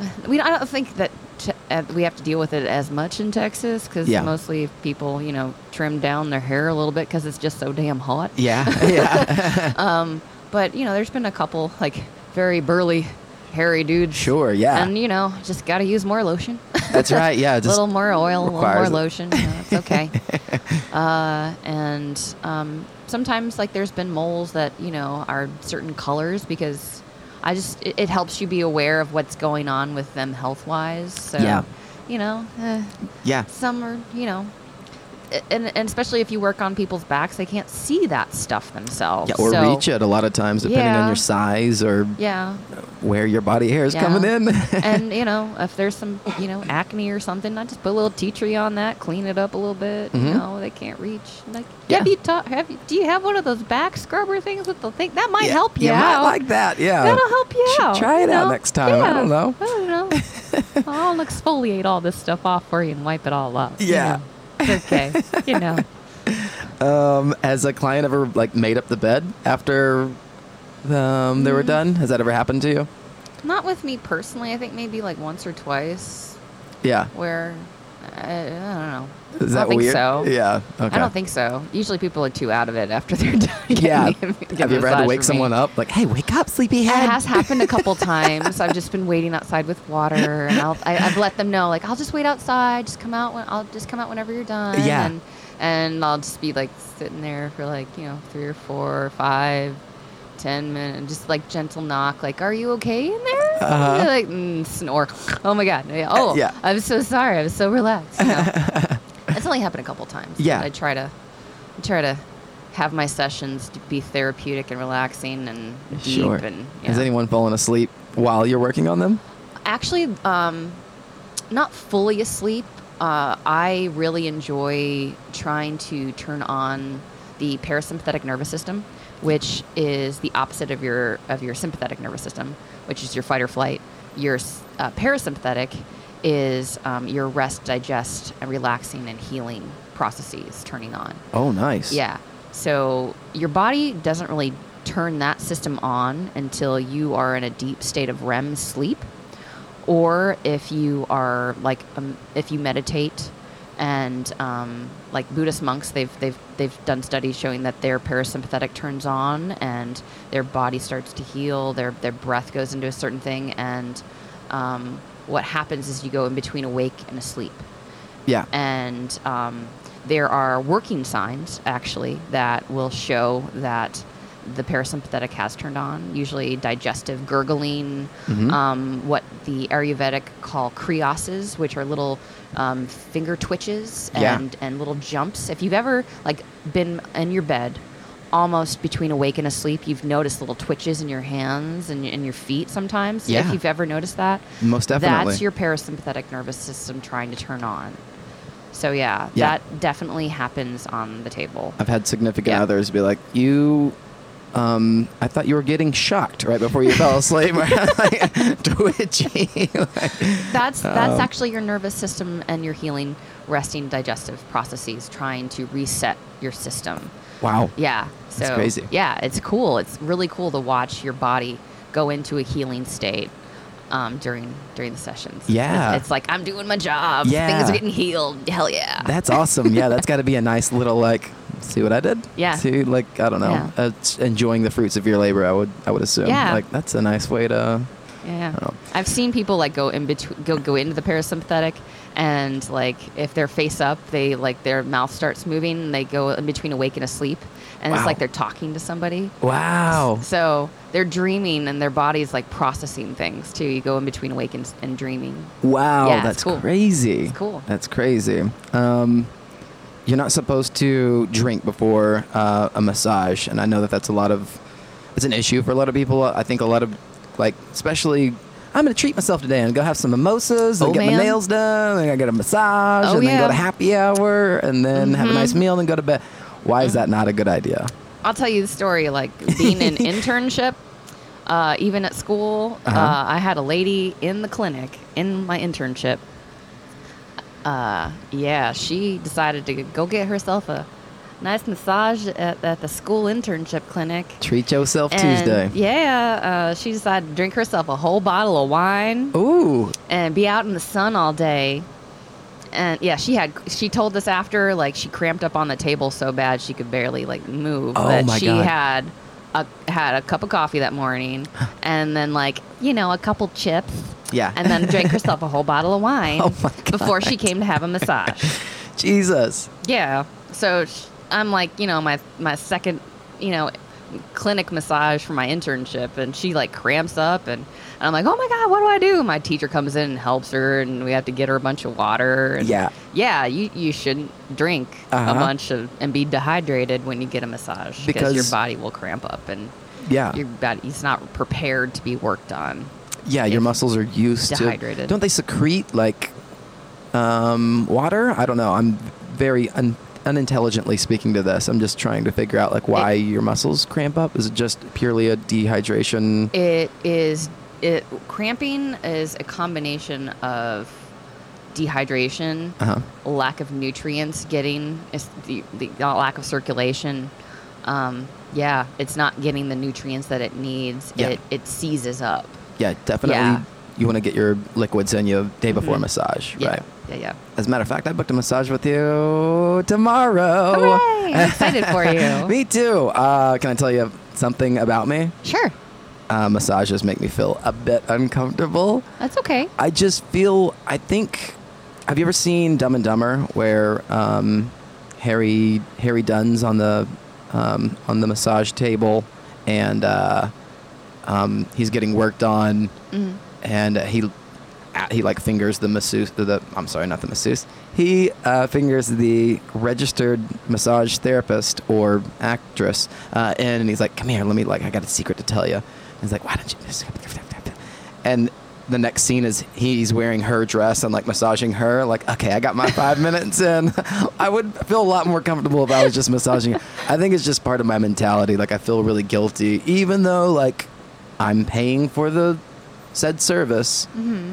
Speaker 3: *sighs* We I don't think that te- uh, we have to deal with it as much in Texas because
Speaker 1: Yeah.
Speaker 3: mostly people you know trim down their hair a little bit because it's just so damn hot.
Speaker 1: Yeah, *laughs* yeah,
Speaker 3: But you know, there's been a couple like very burly, hairy dudes.
Speaker 1: sure, yeah.
Speaker 3: And you know, just got to use more lotion. *laughs*
Speaker 1: That's right. Yeah,
Speaker 3: a
Speaker 1: just
Speaker 3: little more oil, a little more
Speaker 1: requires it.
Speaker 3: lotion. you know,
Speaker 1: *laughs*
Speaker 3: it's okay. uh, and um, sometimes, like, there's been moles that you know are certain colors because I just it, it helps you be aware of what's going on with them health wise. So,
Speaker 1: Yeah.
Speaker 3: you know, eh,
Speaker 1: yeah,
Speaker 3: some are you know. a- And, and especially if you work on people's backs, they can't see that stuff themselves.
Speaker 1: yeah, or
Speaker 3: So-
Speaker 1: reach it a lot of times depending on
Speaker 3: Yeah.
Speaker 1: your size or
Speaker 3: Yeah,
Speaker 1: where your body hair is
Speaker 3: Yeah.
Speaker 1: coming in.
Speaker 3: and you know, if there's some you know acne or something, I just put a little tea tree on that, clean it up a little bit.
Speaker 1: Mhm.
Speaker 3: You know, they can't reach. Like,
Speaker 1: Yeah.
Speaker 4: Have you ta- have you, do you have one of those back scrubber things with the thing that might
Speaker 1: Yeah,
Speaker 4: help you,
Speaker 1: might
Speaker 4: out?
Speaker 1: like that, yeah.
Speaker 4: That'll help you
Speaker 1: Should
Speaker 4: out.
Speaker 1: Uh, Try it
Speaker 4: you
Speaker 1: out
Speaker 4: know?
Speaker 1: next time. I
Speaker 4: Yeah.
Speaker 1: don't know.
Speaker 4: I don't
Speaker 1: *laughs*
Speaker 4: know. I'll exfoliate all this stuff off for you and wipe it all up. you
Speaker 1: Yeah.
Speaker 4: know. It's
Speaker 1: *laughs*
Speaker 4: okay. you know.
Speaker 1: Um, has a client ever like made up the bed after um,
Speaker 3: Mm-hmm.
Speaker 1: they were done? Has that ever happened to you?
Speaker 3: not with me personally. I think maybe like once or twice
Speaker 1: Yeah.
Speaker 3: where I, I don't know.
Speaker 1: Is that
Speaker 3: I don't think
Speaker 1: weird?
Speaker 3: so.
Speaker 1: Yeah. Okay.
Speaker 3: I don't think so. Usually, people are too out of it after they're *laughs* done.
Speaker 1: Yeah.
Speaker 3: getting- *laughs* getting
Speaker 1: Have you ever had to
Speaker 3: massage
Speaker 1: wake
Speaker 3: from
Speaker 1: someone
Speaker 3: me.
Speaker 1: up? Like, hey, wake up, sleepyhead.
Speaker 3: It has happened a couple times. I've just been waiting outside with water, and I'll, I, I've let them know, like, I'll just wait outside. Just come out when I'll just come out whenever you're done.
Speaker 1: Yeah.
Speaker 3: And, and I'll just be like sitting there for like you know three or four or five, ten minutes, and just like gentle knock, like, "Are you okay in there?"
Speaker 1: Uh-huh.
Speaker 3: They're Like mm, snore. Oh my god. Yeah. Oh,
Speaker 1: yeah.
Speaker 3: I'm so sorry. I'm so relaxed. you know.
Speaker 1: *laughs*
Speaker 3: It's only happened a couple times.
Speaker 1: Yeah.
Speaker 3: but I try to I try to have my sessions to be therapeutic and relaxing and deep
Speaker 1: Sure.
Speaker 3: and
Speaker 1: Has
Speaker 3: yeah.
Speaker 1: anyone fallen asleep while you're working on them?
Speaker 3: actually um, not fully asleep. Uh, I really enjoy trying to turn on the parasympathetic nervous system, which is the opposite of your of your sympathetic nervous system, which is your fight or flight. Your s- uh, parasympathetic is um, your rest, digest, and relaxing and healing processes turning on.
Speaker 1: Oh, nice.
Speaker 3: Yeah. So your body doesn't really turn that system on until you are in a deep state of REM sleep, or if you are like um, if you meditate, and um, like Buddhist monks, they've they've they've done studies showing that their parasympathetic turns on and their body starts to heal, their their breath goes into a certain thing, and um, what happens is you go in between awake and asleep
Speaker 1: Yeah.
Speaker 3: and um, there are working signs actually that will show that the parasympathetic has turned on. Usually digestive gurgling,
Speaker 1: Mm-hmm.
Speaker 3: um, what the Ayurvedic call kriases, which are little um, finger twitches
Speaker 1: Yeah.
Speaker 3: and and little jumps. If you've ever like been in your bed almost between awake and asleep, you've noticed little twitches in your hands and, and your feet sometimes.
Speaker 1: Yeah.
Speaker 3: If you've ever noticed that,
Speaker 1: Most definitely.
Speaker 3: that's your parasympathetic nervous system trying to turn on. So yeah,
Speaker 1: Yeah. Uh,
Speaker 3: that definitely happens on the table.
Speaker 1: I've had significant
Speaker 3: Yeah.
Speaker 1: others be like, you. Um, I thought you were getting shocked right before you fell asleep, *laughs* like, *laughs* twitchy. *laughs*
Speaker 3: That's
Speaker 1: uh,
Speaker 3: that's
Speaker 1: um,
Speaker 3: actually your nervous system and your healing, resting, digestive processes trying to reset your system.
Speaker 1: wow.
Speaker 3: Yeah. So
Speaker 1: That's crazy.
Speaker 3: Yeah, it's cool. It's really cool to watch your body go into a healing state um, during during the sessions.
Speaker 1: Yeah.
Speaker 3: It's, it's like I'm doing my job.
Speaker 1: Yeah.
Speaker 3: Things are getting healed. Hell yeah.
Speaker 1: That's awesome. Yeah, that's got to be a nice little like. See what I did?
Speaker 3: Yeah.
Speaker 1: See, like I don't know,
Speaker 3: Yeah.
Speaker 1: uh, enjoying the fruits of your labor. I would, I would assume.
Speaker 3: Yeah.
Speaker 1: Like that's a nice way to
Speaker 3: Yeah,
Speaker 1: don't know.
Speaker 3: I've seen people like go in between, go go into the parasympathetic, and like if they're face up, they like their mouth starts moving, and they go in between awake and asleep, and
Speaker 1: Wow.
Speaker 3: it's like they're talking to somebody.
Speaker 1: Wow.
Speaker 3: So they're dreaming, and their body's like processing things too. You go in between awake and, and dreaming.
Speaker 1: Wow,
Speaker 3: Yeah, it's
Speaker 1: that's
Speaker 3: cool.
Speaker 1: crazy.
Speaker 3: It's cool.
Speaker 1: That's crazy. Um, you're not supposed to drink before uh, a massage, and I know that that's a lot of it's an issue for a lot of people. I think a lot of like, especially, I'm gonna treat myself today and go have some mimosas and
Speaker 3: Oh,
Speaker 1: get
Speaker 3: man.
Speaker 1: my nails done, and I get a massage, and
Speaker 3: Oh,
Speaker 1: then go
Speaker 3: yeah. Mm-hmm.
Speaker 1: to happy hour, and then have a nice meal, and go to bed. Why is that not a good idea?
Speaker 3: I'll tell you the story. Like being
Speaker 1: *laughs*
Speaker 3: in internship, uh, even at school, uh
Speaker 1: Uh-huh.
Speaker 3: I had a lady in the clinic in my internship. Uh, yeah, she decided to go get herself a nice massage at, at the school internship clinic.
Speaker 1: Treat yourself
Speaker 3: And,
Speaker 1: Tuesday.
Speaker 3: Yeah, uh, she decided to drink herself a whole bottle of wine
Speaker 1: Ooh,
Speaker 3: and be out in the sun all day. And yeah, she had. She told us after, like she cramped up on the table so bad she could barely like move.
Speaker 1: Oh,
Speaker 3: that
Speaker 1: my
Speaker 3: she
Speaker 1: God.
Speaker 3: had a had a cup of coffee that morning, and then like you know a couple chips,
Speaker 1: yeah.
Speaker 3: and then drank herself a whole bottle of wine
Speaker 1: *laughs* Oh, my
Speaker 3: before she came to have
Speaker 1: *laughs*
Speaker 3: a massage.
Speaker 1: *laughs* Jesus.
Speaker 3: Yeah. So sh- I'm like, you know, my my second, you know, clinic massage for my internship, and she like cramps up, and, and I'm like, oh my god, what do I do? My teacher comes in and helps her, and we have to get her a bunch of water. And
Speaker 1: Yeah.
Speaker 3: Yeah, you you shouldn't drink
Speaker 1: Uh-huh.
Speaker 3: a bunch of and be dehydrated when you get a massage your
Speaker 1: Because- Uh.
Speaker 3: body will cramp up and.
Speaker 1: Yeah.
Speaker 3: Your body's not prepared to be worked on.
Speaker 1: Yeah, your
Speaker 3: if
Speaker 1: muscles are used to.
Speaker 3: dehydrated.
Speaker 1: Don't they secrete like um, water? I don't know. I'm very un- unintelligently speaking to this. I'm just trying to figure out like why your muscles cramp up. Is it just purely a dehydration?
Speaker 3: It is it cramping is a combination of dehydration,
Speaker 1: Uh huh.
Speaker 3: lack of nutrients getting, it's the, the the lack of circulation. Um, yeah, it's not getting the nutrients that it needs.
Speaker 1: Yeah.
Speaker 3: It it seizes up.
Speaker 1: Yeah, definitely.
Speaker 3: Yeah. Mm-hmm.
Speaker 1: You want to get your liquids in you day before massage,
Speaker 3: Yeah,
Speaker 1: right?
Speaker 3: yeah, yeah.
Speaker 1: As a matter of fact, I booked a massage with you tomorrow.
Speaker 3: Hooray! I'm excited
Speaker 1: *laughs*
Speaker 3: for you.
Speaker 1: me too. Uh, can I tell you something about me?
Speaker 3: Sure,
Speaker 1: Uh, massages make me feel a bit uncomfortable.
Speaker 3: that's okay.
Speaker 1: I just feel. I think. Have you ever seen Dumb and Dumber where um, Harry Harry Dunn's on the um, on the massage table and uh, um, he's getting worked on and he at- he like fingers the masseuse the, the I'm sorry not the masseuse he uh, fingers the registered massage therapist or actress uh, and he's like come here let me like I got a secret to tell you and he's like why don't you *laughs* just and the next scene is he's wearing her dress and like massaging her like okay I got my five minutes in *laughs* I would feel a lot more comfortable if I was just massaging her. I think it's just part of my mentality like I feel really guilty even though like I'm paying for the said service,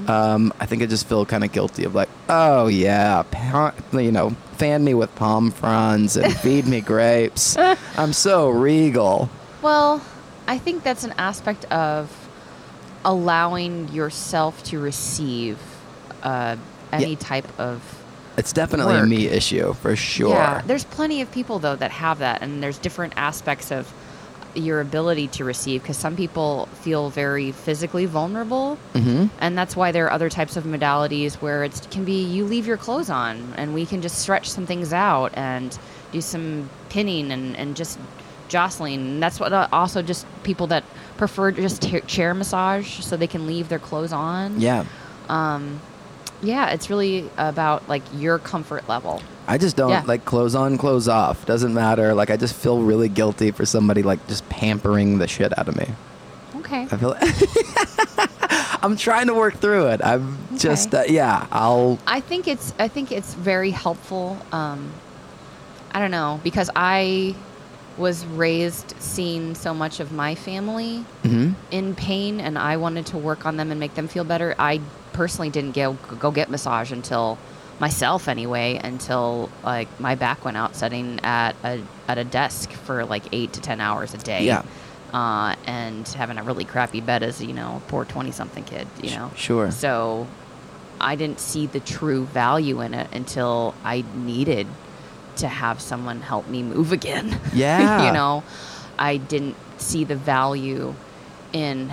Speaker 1: um, I think I just feel kind of guilty of like, oh yeah, pa- you know, fan me with palm fronds and feed me
Speaker 3: *laughs*
Speaker 1: grapes. I'm so regal.
Speaker 3: Well, I think that's an aspect of allowing yourself to receive uh, any
Speaker 1: Yeah.
Speaker 3: type of
Speaker 1: It's definitely a
Speaker 3: Work.
Speaker 1: me issue for sure.
Speaker 3: Yeah, there's plenty of people though that have that, and there's different aspects of your ability to receive because some people feel very physically vulnerable,
Speaker 1: Mhm.
Speaker 3: and that's why there are other types of modalities where it can be you leave your clothes on, and we can just stretch some things out and do some pinning and and just jostling. And that's what uh, also just people that prefer just ta- chair massage so they can leave their clothes on.
Speaker 1: Yeah.
Speaker 3: yeah, it's really about like your comfort level.
Speaker 1: I just don't
Speaker 3: Yeah.
Speaker 1: like clothes on, clothes off. Doesn't matter. Like I just feel really guilty for somebody like just pampering the shit out of me.
Speaker 4: Okay.
Speaker 1: I feel. *laughs* I'm trying to work through it. I'm just uh, yeah. I'll
Speaker 3: I think it's I think it's very helpful. Um, I don't know because I was raised seeing so much of my family
Speaker 1: mhm.
Speaker 3: in pain, and I wanted to work on them and make them feel better. I personally didn't go go get massage until myself anyway until like my back went out sitting at a at a desk for like eight to ten hours a day.
Speaker 1: Yeah.
Speaker 3: Uh, and having a really crappy bed as you know, a poor twenty-something kid, you
Speaker 1: Sh-
Speaker 3: know.
Speaker 1: sure.
Speaker 3: So I didn't see the true value in it until I needed to have someone help me move again. *laughs*
Speaker 1: Yeah.
Speaker 3: you know, I didn't see the value in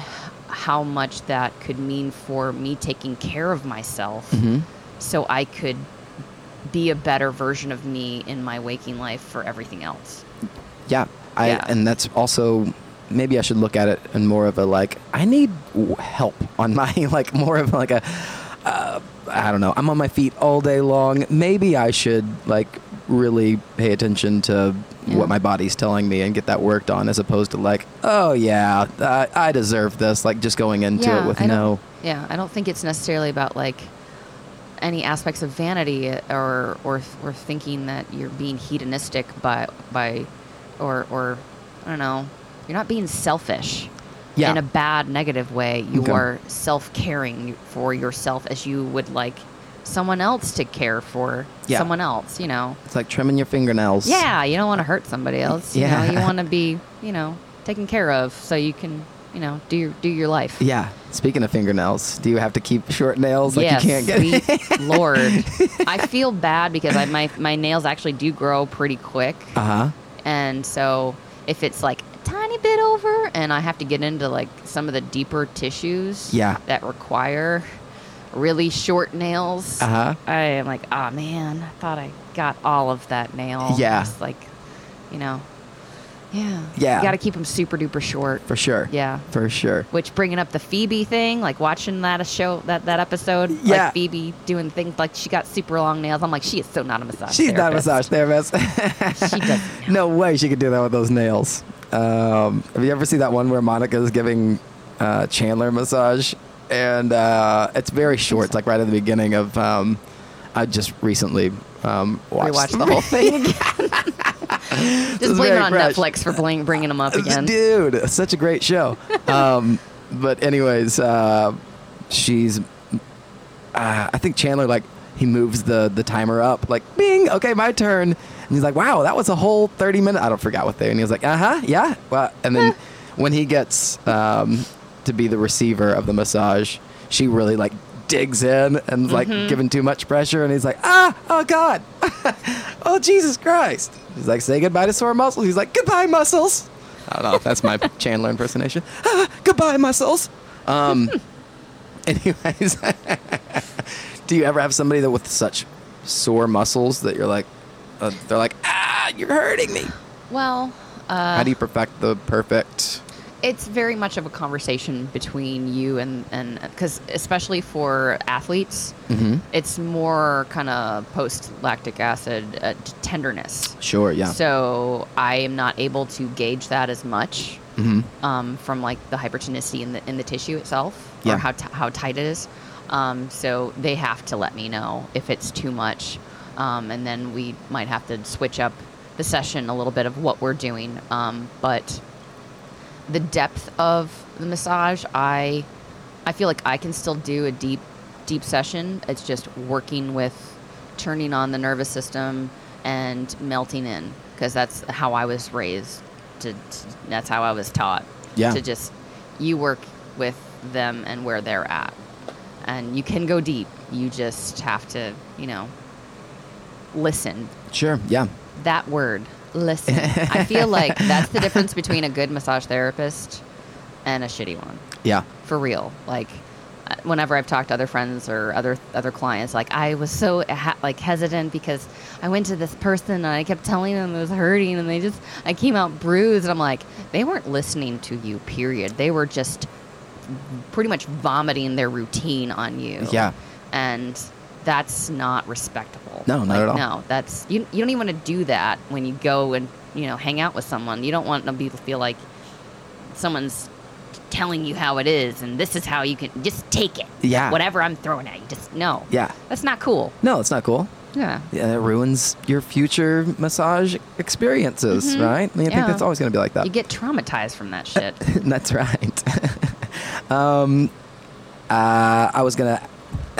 Speaker 3: how much that could mean for me taking care of myself
Speaker 1: hmm
Speaker 3: so I could be a better version of me in my waking life for everything else.
Speaker 1: Yeah. I
Speaker 3: Yeah.
Speaker 1: and that's also maybe I should look at it in more of a like I need w- help on my *laughs* like more of like a uh, I don't know. I'm on my feet all day long. Maybe I should like really pay attention to
Speaker 3: Yeah.
Speaker 1: what my body's telling me and get that worked on as opposed to like oh yeah uh, I deserve this like just going into it with
Speaker 3: I don't-
Speaker 1: no
Speaker 3: Yeah, I don't think it's necessarily about like any aspects of vanity or or or thinking that you're being hedonistic by by or or I don't know. You're not being selfish.
Speaker 1: Yeah.
Speaker 3: In a bad negative way, you
Speaker 1: Okay.
Speaker 3: are self-caring for yourself as you would like someone else to care for
Speaker 1: Yeah.
Speaker 3: someone else, you know.
Speaker 1: it's like trimming your fingernails
Speaker 3: Yeah, you don't want to hurt somebody else. You know,
Speaker 1: *laughs*
Speaker 3: you
Speaker 1: Yeah.
Speaker 3: want to be, you know, taken care of so you can, you know, do your do your life.
Speaker 1: yeah speaking of fingernails do you have to keep short nails like
Speaker 3: yes,
Speaker 1: you can't *laughs* get
Speaker 3: sweet Lord, I feel bad because I, my my nails actually do grow pretty quick,
Speaker 1: uh huh
Speaker 3: and so if it's like a tiny bit over, and I have to get into like some of the deeper tissues,
Speaker 1: Yeah.
Speaker 3: that require really short nails.
Speaker 1: Uh-huh.
Speaker 3: I am like, oh man, I thought I got all of that nail.
Speaker 1: Yeah.
Speaker 3: Just like, you know, yeah,
Speaker 1: Yeah.
Speaker 3: You got to keep them super duper short.
Speaker 1: for sure
Speaker 3: Yeah.
Speaker 1: for sure
Speaker 3: Which bringing up the Phoebe thing, like watching that a show that that episode,
Speaker 1: Yeah.
Speaker 3: like Phoebe doing things like she got super long nails. I'm like, she is so not a massage.
Speaker 1: She's not a
Speaker 3: therapist.
Speaker 1: massage therapist.
Speaker 3: *laughs*
Speaker 1: *laughs*
Speaker 3: She doesn't.
Speaker 1: no way she could do that with those nails. Um, have you ever seen that one where Monica's giving uh, Chandler a massage? And uh, it's very short. It's like right at the beginning of. Um, I just recently um, watched
Speaker 3: Rewatched the *laughs* whole
Speaker 1: thing. It's
Speaker 3: Just blame it
Speaker 1: very
Speaker 3: on
Speaker 1: fresh.
Speaker 3: Netflix for bling,
Speaker 1: *laughs*
Speaker 3: bringing them up again.
Speaker 1: Dude, it's such a great show. um, *laughs* but anyways, uh, she's. Uh, I think Chandler like he moves the the timer up like bing okay my turn and he's like wow that was a whole thirty minute I don't forget what they and he was like uh huh yeah well and
Speaker 3: *laughs*
Speaker 1: then when he gets um, to be the receiver of the massage she really like digs in and is like
Speaker 3: Mm-hmm.
Speaker 1: giving too much pressure and he's like ah oh god oh Jesus Christ. He's like, say goodbye to sore muscles. He's like, goodbye muscles. I don't know. That's *laughs* my Chandler impersonation. *laughs* Ah, goodbye muscles. *laughs* Um, anyways, *laughs* do you ever have somebody that with such sore muscles that you're like, uh, they're like, ah, you're hurting me.
Speaker 3: Well, Uh,
Speaker 1: How do you perfect the perfect?
Speaker 3: it's very much of a conversation between you and and because especially for athletes,
Speaker 1: Mhm.
Speaker 3: it's more kind of post lactic acid uh, t- tenderness.
Speaker 1: Sure. Yeah.
Speaker 3: So I am not able to gauge that as much
Speaker 1: Mhm.
Speaker 3: um, from like the hypertonicity in the in the tissue itself
Speaker 1: Yeah.
Speaker 3: or how t- how tight it is. Um, so they have to let me know if it's too much, um, and then we might have to switch up the session a little bit of what we're doing. Um, but the depth of the massage, I I feel like I can still do a deep deep session. It's just working with turning on the nervous system and melting in because that's how I was raised. To, to- that's how I was taught.
Speaker 1: Yeah.
Speaker 3: To just you work with them and where they're at, and you can go deep. You just have to, you know, listen
Speaker 1: Sure. Yeah.
Speaker 3: that word listen i feel like that's the difference between a good massage therapist and a shitty one
Speaker 1: Yeah.
Speaker 3: for real like uh, whenever i've talked to other friends or other other clients like i was so ha- like hesitant because i went to this person and i kept telling them it was hurting and they just i came out bruised and i'm like they weren't listening to you period they were just pretty much vomiting their routine on you
Speaker 1: Yeah.
Speaker 3: and that's not respectable
Speaker 1: No, not
Speaker 3: Like,
Speaker 1: at all.
Speaker 3: no that's you, you don't even want to do that when you go and you know hang out with someone you don't want to be feel like someone's telling you how it is and this is how you can just take it
Speaker 1: Yeah.
Speaker 3: whatever i'm throwing at you just no
Speaker 1: Yeah.
Speaker 3: that's not cool
Speaker 1: No, it's not cool.
Speaker 3: yeah
Speaker 1: Yeah, it ruins your future massage experiences, right? I mean, I think
Speaker 3: Mm-hmm. Yeah.
Speaker 1: that's always going to be like that.
Speaker 3: you get traumatized from
Speaker 1: *laughs*
Speaker 3: that shit
Speaker 1: That's right. *laughs* um, uh, I was gonna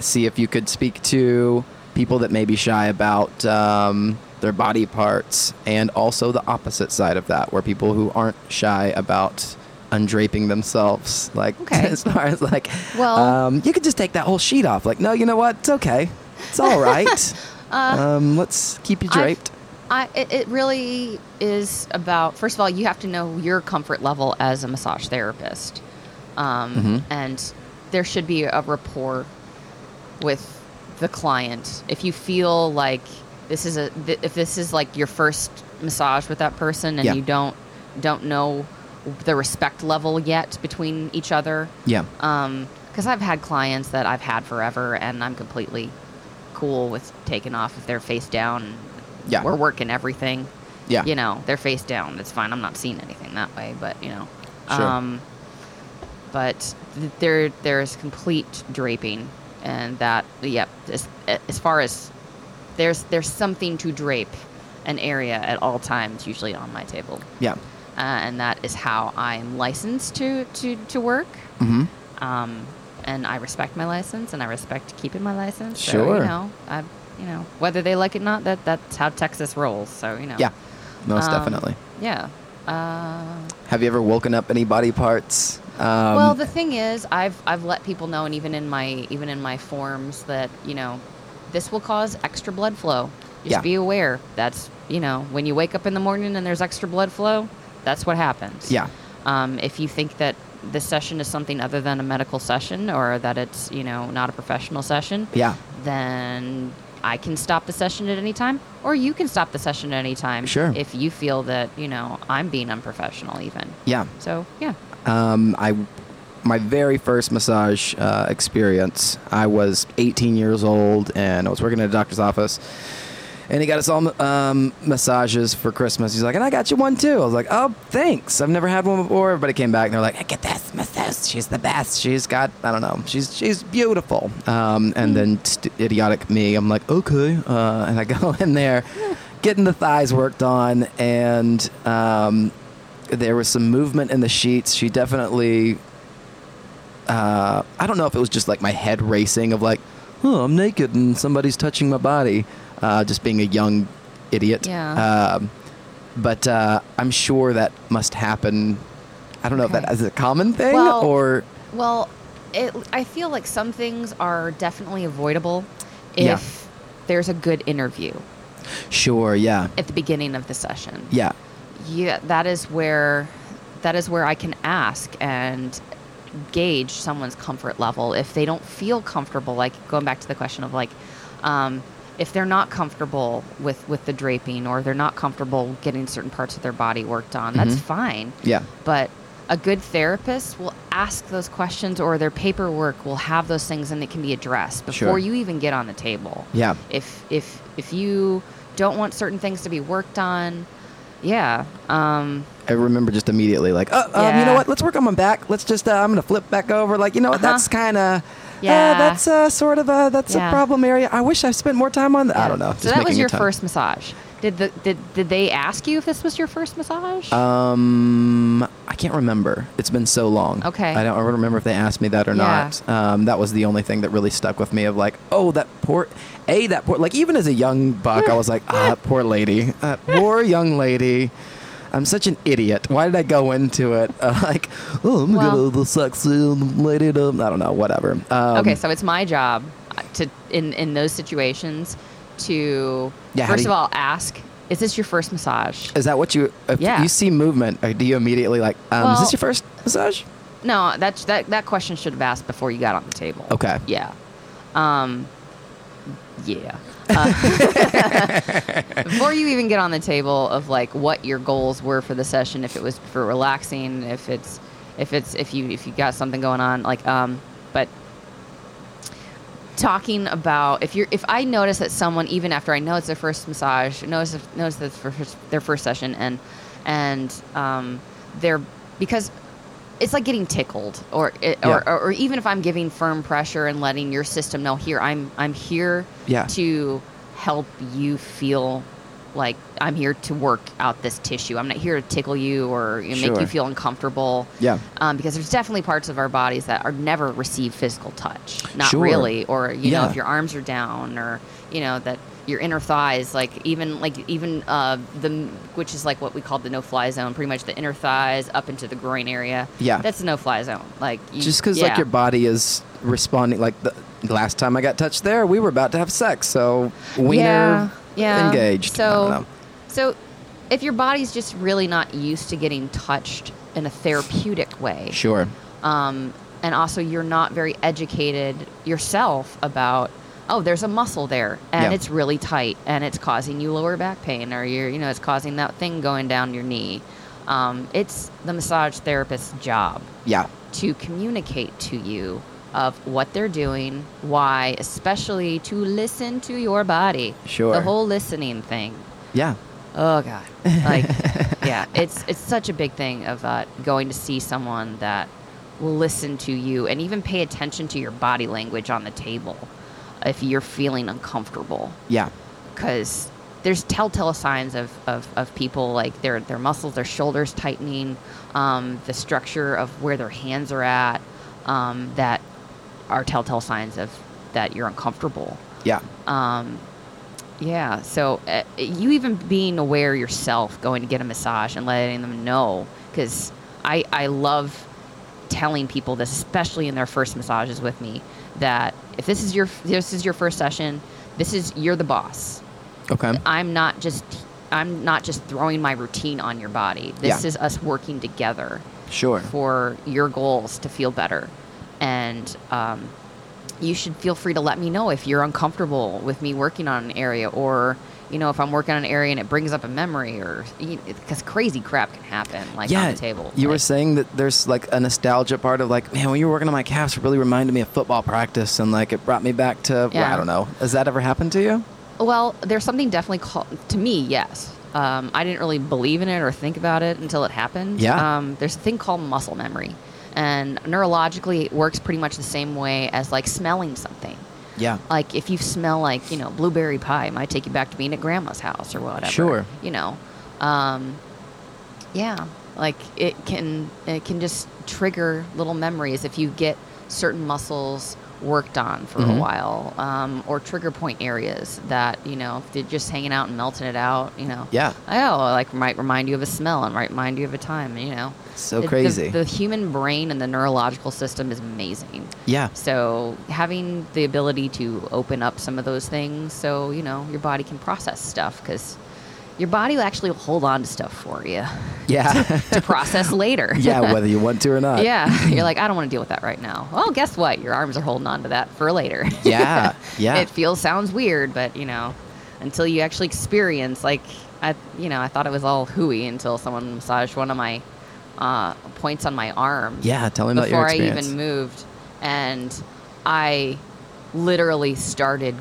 Speaker 1: see if you could speak to people that may be shy about um, their body parts, and also the opposite side of that, where people who aren't shy about undraping themselves, like *laughs*
Speaker 3: Okay.
Speaker 1: as far as like,
Speaker 3: Well-
Speaker 1: um, you could just take that whole sheet off. Like, no, you know what? It's okay. It's all
Speaker 3: *laughs*
Speaker 1: right. um, let's keep you
Speaker 3: Uh, I've-
Speaker 1: draped.
Speaker 3: I, it, it really is about, first of all, you have to know your comfort level as a massage therapist. um,
Speaker 1: Mm-hmm.
Speaker 3: and there should be a rapport with the client. If you feel like this is a th- if this is like your first massage with that person and
Speaker 1: Yeah.
Speaker 3: you don't don't know the respect level yet between each other,
Speaker 1: Yeah.
Speaker 3: because I've had clients that I've had forever, and I'm completely cool with taking off if they're face down. and
Speaker 1: Yeah.
Speaker 3: we're working everything.
Speaker 1: Yeah.
Speaker 3: you know, they're face down. It's fine. I'm not seeing anything that way, but you know,
Speaker 1: Sure.
Speaker 3: um, but th- there there is complete draping, and that yep. As, as far as there's there's something to drape an area at all times, usually on my table,
Speaker 1: yeah.
Speaker 3: uh, and that is how I'm licensed to to to work
Speaker 1: Mm-hmm.
Speaker 3: um, and I respect my license, and I respect keeping my license. So,
Speaker 1: Sure.
Speaker 3: you know, I, you know, whether they like it or not, that that's how Texas rolls. So you know.
Speaker 1: Yeah. Most
Speaker 3: Um,
Speaker 1: definitely.
Speaker 3: Yeah. Uh,
Speaker 1: Have you ever woken up any body parts? Um,
Speaker 3: well, the thing is, I've I've let people know, and even in my even in my forms, that you know, this will cause extra blood flow. Just
Speaker 1: Yeah.
Speaker 3: be aware. That's you know, when you wake up in the morning and there's extra blood flow, that's what happens.
Speaker 1: Yeah.
Speaker 3: Um, if you think that this session is something other than a medical session, or that it's you know not a professional session,
Speaker 1: yeah.
Speaker 3: then I can stop the session at any time, or you can stop the session at any time.
Speaker 1: Sure.
Speaker 3: If you feel that you know I'm being unprofessional, even.
Speaker 1: Yeah.
Speaker 3: So yeah.
Speaker 1: Um, I my very first massage uh, experience. I was 18 years old, and I was working at a doctor's office. And he got us all um, massages for Christmas. He's like, and I got you one too. I was like, oh, thanks. I've never had one before. Everybody came back and they're like, I get this massage. She's the best. She's got, I don't know, she's she's beautiful. Um, and then st- idiotic me, I'm like, okay. Uh, and I *laughs* go in there, getting the thighs worked on, and um, there was some movement in the sheets. She definitely uh, I don't know if it was just like my head racing of like, oh, I'm naked and somebody's touching my body, uh, just being a young idiot.
Speaker 3: Yeah.
Speaker 1: Um, but uh, I'm sure that must happen. I don't know if that
Speaker 3: Okay.
Speaker 1: is a common thing
Speaker 3: Well-
Speaker 1: or
Speaker 3: Well, it, I feel like some things are definitely avoidable if
Speaker 1: Yeah.
Speaker 3: there's a good interview
Speaker 1: sure, yeah,
Speaker 3: at the beginning of the session.
Speaker 1: yeah,
Speaker 3: yeah that is where that is where i can ask and gauge someone's comfort level if they don't feel comfortable like going back to the question of like um, if they're not comfortable with with the draping or they're not comfortable getting certain parts of their body worked on that's
Speaker 1: Mhm.
Speaker 3: fine
Speaker 1: yeah,
Speaker 3: but a good therapist will ask those questions or their paperwork will have those things and it can be addressed before
Speaker 1: Sure.
Speaker 3: you even get on the table
Speaker 1: yeah,
Speaker 3: if if if you don't want certain things to be worked on yeah um
Speaker 1: I remember just immediately like, oh, um, you
Speaker 3: Yeah.
Speaker 1: know what? Let's work on my back. Let's just, uh, I'm gonna flip back over. Like, you know what?
Speaker 3: Uh-huh.
Speaker 1: That's kind of,
Speaker 3: Yeah.
Speaker 1: uh, that's uh, sort of a, that's
Speaker 3: Yeah.
Speaker 1: a problem area. I wish I spent more time on that. I don't know. Just
Speaker 3: so that
Speaker 1: making
Speaker 3: was
Speaker 1: a
Speaker 3: your
Speaker 1: ton.
Speaker 3: first massage did the did, did they ask you if this was your first massage
Speaker 1: Um, I can't remember. It's been so long.
Speaker 3: Okay.
Speaker 1: I don't remember if they asked me that or
Speaker 3: Yeah.
Speaker 1: not. Um, that was the only thing that really stuck with me of like, oh, that poor, a that poor. Like even as a young buck, I was like, ah,
Speaker 3: *laughs*
Speaker 1: that poor lady, that poor young lady. I'm such an idiot. Why did I go into it? *laughs* Uh, like, oh, I'm gonna
Speaker 3: Well-
Speaker 1: give the sexy lady. To, I don't know. Whatever. Um,
Speaker 3: okay so it's my job uh, to in in those situations to
Speaker 1: Yeah, how
Speaker 3: first
Speaker 1: do
Speaker 3: of
Speaker 1: you-
Speaker 3: all ask is this your first massage
Speaker 1: Is that what you? If
Speaker 3: Yeah.
Speaker 1: you see movement, uh, do you immediately like? Um, is
Speaker 3: Well-
Speaker 1: this your first massage?
Speaker 3: No, that that that question should have asked before you got on the table.
Speaker 1: Okay.
Speaker 3: Yeah. Um. Yeah. Uh, before you even get on the table of like what your goals were for the session, if it was for relaxing, if it's if it's if you if you got something going on, like um, but talking about if you're if I notice that someone even after I know it's their first massage notice if, notice that it's for first, their first session and and um, they're because it's like getting tickled or, it, or,
Speaker 1: Yeah.
Speaker 3: or or even if I'm giving firm pressure and letting your system know here I'm I'm here
Speaker 1: Yeah.
Speaker 3: to help you feel like I'm here to work out this tissue I'm not here to tickle you or you know, make
Speaker 1: Sure.
Speaker 3: you feel uncomfortable
Speaker 1: Yeah.
Speaker 3: um, because there's definitely parts of our bodies that are never receive physical touch not
Speaker 1: Sure.
Speaker 3: really or you know
Speaker 1: Yeah.
Speaker 3: if your arms are down or you know that your inner thighs like even like even uh the which is like what we call the no fly zone pretty much the inner thighs up into the groin area
Speaker 1: Yeah.
Speaker 3: that's the no fly zone like you,
Speaker 1: just because like
Speaker 3: yeah.
Speaker 1: your body is responding like the last time i got touched there we were about to have sex so wiener
Speaker 3: yeah, yeah.
Speaker 1: engaged I don't
Speaker 3: So,
Speaker 1: know.
Speaker 3: so if your body's just really not used to getting touched in a therapeutic way,
Speaker 1: sure
Speaker 3: um, and also you're not very educated yourself about oh there's a muscle there and
Speaker 1: Yeah.
Speaker 3: it's really tight and it's causing you lower back pain or you're you know it's causing that thing going down your knee um, it's the massage therapist's job
Speaker 1: Yeah.
Speaker 3: to communicate to you of what they're doing, why, especially to listen to your body.
Speaker 1: Sure.
Speaker 3: The whole listening thing.
Speaker 1: Yeah.
Speaker 3: Oh God. Like, yeah, it's it's such a big thing of uh, going to see someone that will listen to you and even pay attention to your body language on the table if you're feeling uncomfortable
Speaker 1: Yeah.
Speaker 3: because there's telltale signs of, of, of people like their their muscles, their shoulders tightening, um, the structure of where their hands are at, um, that are telltale signs of that you're uncomfortable.
Speaker 1: Yeah.
Speaker 3: Um, yeah, so uh, you even being aware yourself, going to get a massage and letting them know, because I I love telling people this, especially in their first massages with me, that if this is your this is your first session, this is you're the boss.
Speaker 1: Okay.
Speaker 3: I'm not just I'm not just throwing my routine on your body. This
Speaker 1: Yeah.
Speaker 3: is us working together
Speaker 1: Sure.
Speaker 3: for your goals to feel better, and um, you should feel free to let me know if you're uncomfortable with me working on an area or. You know, if I'm working on an area and it brings up a memory, or because crazy crap can happen, like
Speaker 1: yeah.
Speaker 3: on the table.
Speaker 1: You were
Speaker 3: Like,
Speaker 1: saying that there's like a nostalgia part of like, man, when you were working on my calves, it really reminded me of football practice, and like it brought me back to well, I
Speaker 3: Yeah.
Speaker 1: don't know. Has that ever happened to you?
Speaker 3: Well, there's something definitely called to me. Yes, um, I didn't really believe in it or think about it until it happened.
Speaker 1: Yeah.
Speaker 3: Um, there's a thing called muscle memory, and neurologically, it works pretty much the same way as like smelling something.
Speaker 1: Yeah.
Speaker 3: Like if you smell like you know blueberry pie, it might take you back to being at grandma's house or whatever.
Speaker 1: Sure.
Speaker 3: You know, um, yeah. Like it can it can just trigger little memories if you get certain muscles worked on for
Speaker 1: Mhm.
Speaker 3: a while, um, or trigger point areas that you know if they're just hanging out and melting it out. You know.
Speaker 1: Yeah.
Speaker 3: Oh, like might remind you of a smell and might remind you of a time. You know.
Speaker 1: So
Speaker 3: It- the-
Speaker 1: crazy.
Speaker 3: the human brain and the neurological system is amazing. *laughs*
Speaker 1: Yeah.
Speaker 3: So having the ability to open up some of those things, so you know your body can process stuff because your body will actually hold on to stuff for you
Speaker 1: Yeah. *laughs*
Speaker 3: to process later.
Speaker 1: yeah. Whether you want to or not.
Speaker 3: *laughs* yeah. You're like, I don't want to deal with that right now. Well, guess what? Your arms are holding on to that for later. *laughs*
Speaker 1: Yeah. Yeah.
Speaker 3: it feels sounds weird, but you know, until you actually experience, like I, you know, I thought it was all hooey until someone massaged one of my uh, points on my arm
Speaker 1: yeah. Tell me about your
Speaker 3: before I
Speaker 1: experience.
Speaker 3: even moved, and I literally started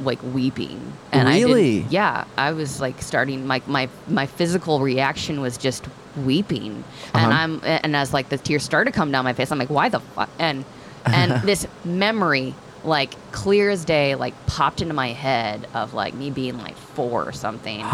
Speaker 3: like weeping. And I
Speaker 1: Really?
Speaker 3: didn't- yeah, I was like starting like my my physical reaction was just weeping,
Speaker 1: Uh-huh.
Speaker 3: and I'm and as like the tears started to come down my face, I'm like, why the fuck?
Speaker 1: *laughs*
Speaker 3: And and this memory. Like clear as day, like popped into my head of like me being like four or
Speaker 1: *gasps*
Speaker 3: something,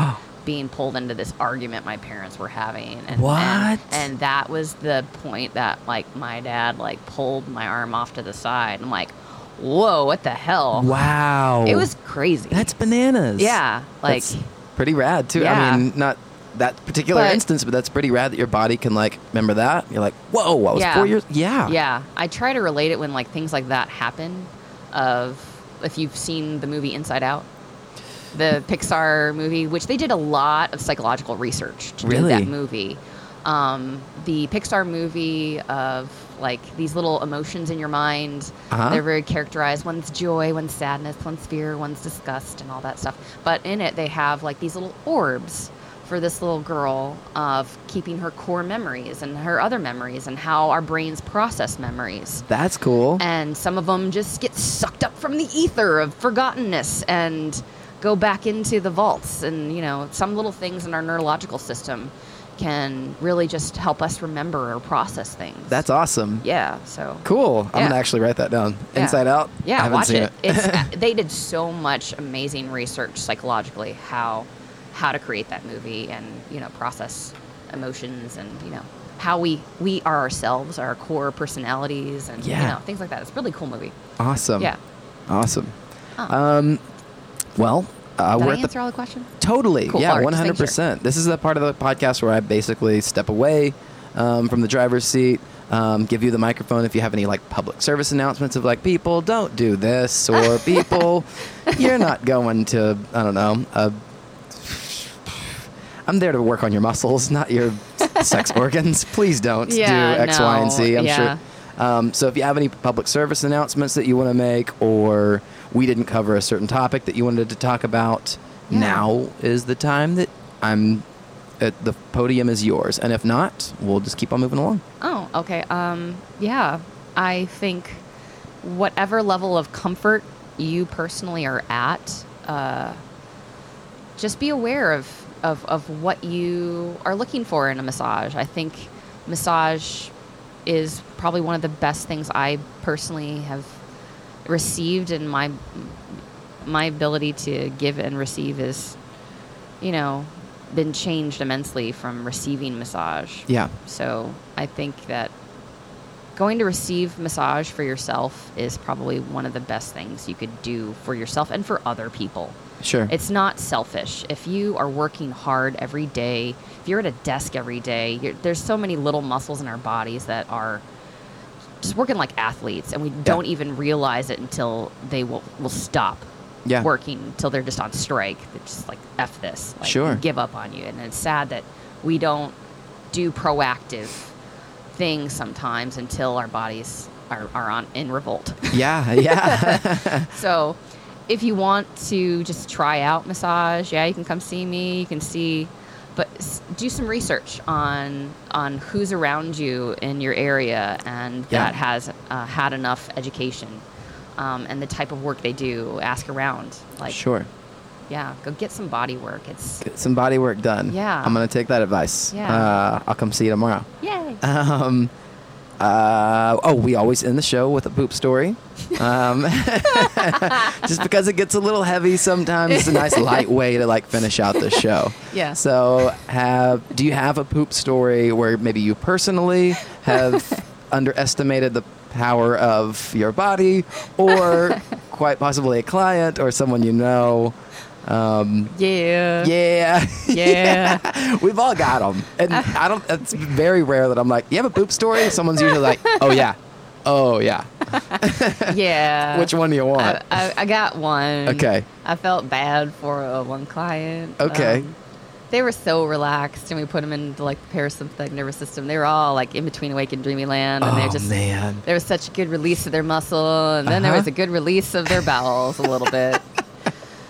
Speaker 3: being pulled into this argument my parents were having, and
Speaker 1: What?
Speaker 3: and, and that was the point that like my dad like pulled my arm off to the side. I'm like, whoa, what the hell?
Speaker 1: Wow.
Speaker 3: It was crazy.
Speaker 1: That's bananas.
Speaker 3: yeah, like
Speaker 1: That's pretty rad too. I
Speaker 3: Yeah.
Speaker 1: mean, not that particular
Speaker 3: But-
Speaker 1: instance, but that's pretty rad that your body can like remember that. You're like, whoa, I was
Speaker 3: Yeah.
Speaker 1: four years. Yeah.
Speaker 3: yeah. I try to relate it when like things like that happen. Of if you've seen the movie Inside Out, the Pixar movie, which they did a lot of psychological research to do
Speaker 1: Really?
Speaker 3: that movie. Um, the Pixar movie of like these little emotions in your mind.
Speaker 1: Uh-huh.
Speaker 3: They're very characterized. One's joy, one's sadness, one's fear, one's disgust, and all that stuff. But in it, they have like these little orbs for this little girl of keeping her core memories and her other memories and how our brains process memories
Speaker 1: That's cool.
Speaker 3: and some of them just get sucked up from the ether of forgottenness and go back into the vaults and you know some little things in our neurological system can really just help us remember or process things
Speaker 1: that's awesome.
Speaker 3: yeah so
Speaker 1: Cool. I'm
Speaker 3: Yeah.
Speaker 1: gonna actually write that down.
Speaker 3: Yeah.
Speaker 1: Inside Out. I
Speaker 3: yeah
Speaker 1: haven't
Speaker 3: watch
Speaker 1: seen
Speaker 3: it,
Speaker 1: *laughs*
Speaker 3: it's they did so much amazing research psychologically how how to create that movie and you know process emotions and you know how we we are ourselves our core personalities and
Speaker 1: Yeah.
Speaker 3: you know things like that it's a really cool movie
Speaker 1: Awesome.
Speaker 3: Yeah.
Speaker 1: Awesome.
Speaker 3: Oh.
Speaker 1: Um, well, uh,
Speaker 3: Did
Speaker 1: we're
Speaker 3: I
Speaker 1: at the
Speaker 3: answer all the questions?
Speaker 1: Totally.
Speaker 3: Cool.
Speaker 1: Yeah,
Speaker 3: All right,
Speaker 1: one
Speaker 3: just
Speaker 1: hundred
Speaker 3: making
Speaker 1: percent. This is the part of the podcast where I basically step away um, from the driver's seat, um, give you the microphone if you have any like public service announcements of like people don't do this
Speaker 3: *laughs*
Speaker 1: or people you're not going to I don't know. Uh, I'm there to work
Speaker 3: *laughs*
Speaker 1: on your muscles, not your sex organs. Please don't
Speaker 3: Yeah,
Speaker 1: do X, Y, and
Speaker 3: no,
Speaker 1: Z. I'm
Speaker 3: yeah.
Speaker 1: sure Um, so if you have any public service announcements that you want to make, or we didn't cover a certain topic that you wanted to talk about, now is the time that I'm. At the podium is yours, and if not, we'll just keep on moving along.
Speaker 3: Oh, okay. Um, yeah. I think whatever level of comfort you personally are at, uh, just be aware of, of, of what you are looking for in a massage. I think massage is probably one of the best things I personally have received, and my my ability to give and receive is, you know, been changed immensely from receiving massage.
Speaker 1: Yeah,
Speaker 3: So I think that going to receive massage for yourself is probably one of the best things you could do for yourself and for other people.
Speaker 1: sure.
Speaker 3: It's not selfish. If you are working hard every day, if you're at a desk every day, you're, there's so many little muscles in our bodies that are just working like athletes, and we don't even realize it until they will, will stop
Speaker 1: Yeah.
Speaker 3: working until they're just on strike. They're just like, F this. Like,
Speaker 1: Sure.
Speaker 3: Give up on you. And it's sad that we don't do proactive things sometimes until our bodies are, are on, in revolt. *laughs*
Speaker 1: yeah, yeah.
Speaker 3: So, if you want to just try out massage, yeah, you can come see me. You can see, but s- do some research on on who's around you in your area and
Speaker 1: Yeah.
Speaker 3: that has uh, had enough education, um, and the type of work they do. Ask around, like
Speaker 1: sure.
Speaker 3: yeah, go get some body work. It's
Speaker 1: Get some body work done.
Speaker 3: Yeah.
Speaker 1: I'm gonna take that advice.
Speaker 3: Yeah.
Speaker 1: Uh, I'll come see you tomorrow.
Speaker 4: Yay.
Speaker 1: Um, uh, oh, we always end the show with a poop story. Um, *laughs* just because it gets a little heavy sometimes, it's a nice light way to like finish out the show.
Speaker 3: Yeah.
Speaker 1: So, have do you have a poop story where maybe you personally have underestimated the power of your body, or quite possibly a client or someone you know? Um,
Speaker 3: yeah,
Speaker 1: yeah.
Speaker 3: yeah.
Speaker 1: *laughs* We've all got them, and I don't. It's very rare that I'm like, "You have a poop story." Someone's usually like, "Oh yeah, oh yeah."
Speaker 3: yeah.
Speaker 1: Which one do you want?
Speaker 3: I, I, I got one.
Speaker 1: Okay.
Speaker 3: I felt bad for uh, one client.
Speaker 1: Okay.
Speaker 3: Um, they were so relaxed, and we put them into like the parasympathetic nervous system. They were all like in between awake and dreamy land, and
Speaker 1: oh
Speaker 3: they're just
Speaker 1: man,
Speaker 3: there was such a good release of their muscle, and then
Speaker 1: Uh-huh.
Speaker 3: there was a good release of their bowels a
Speaker 1: *laughs*
Speaker 3: little bit.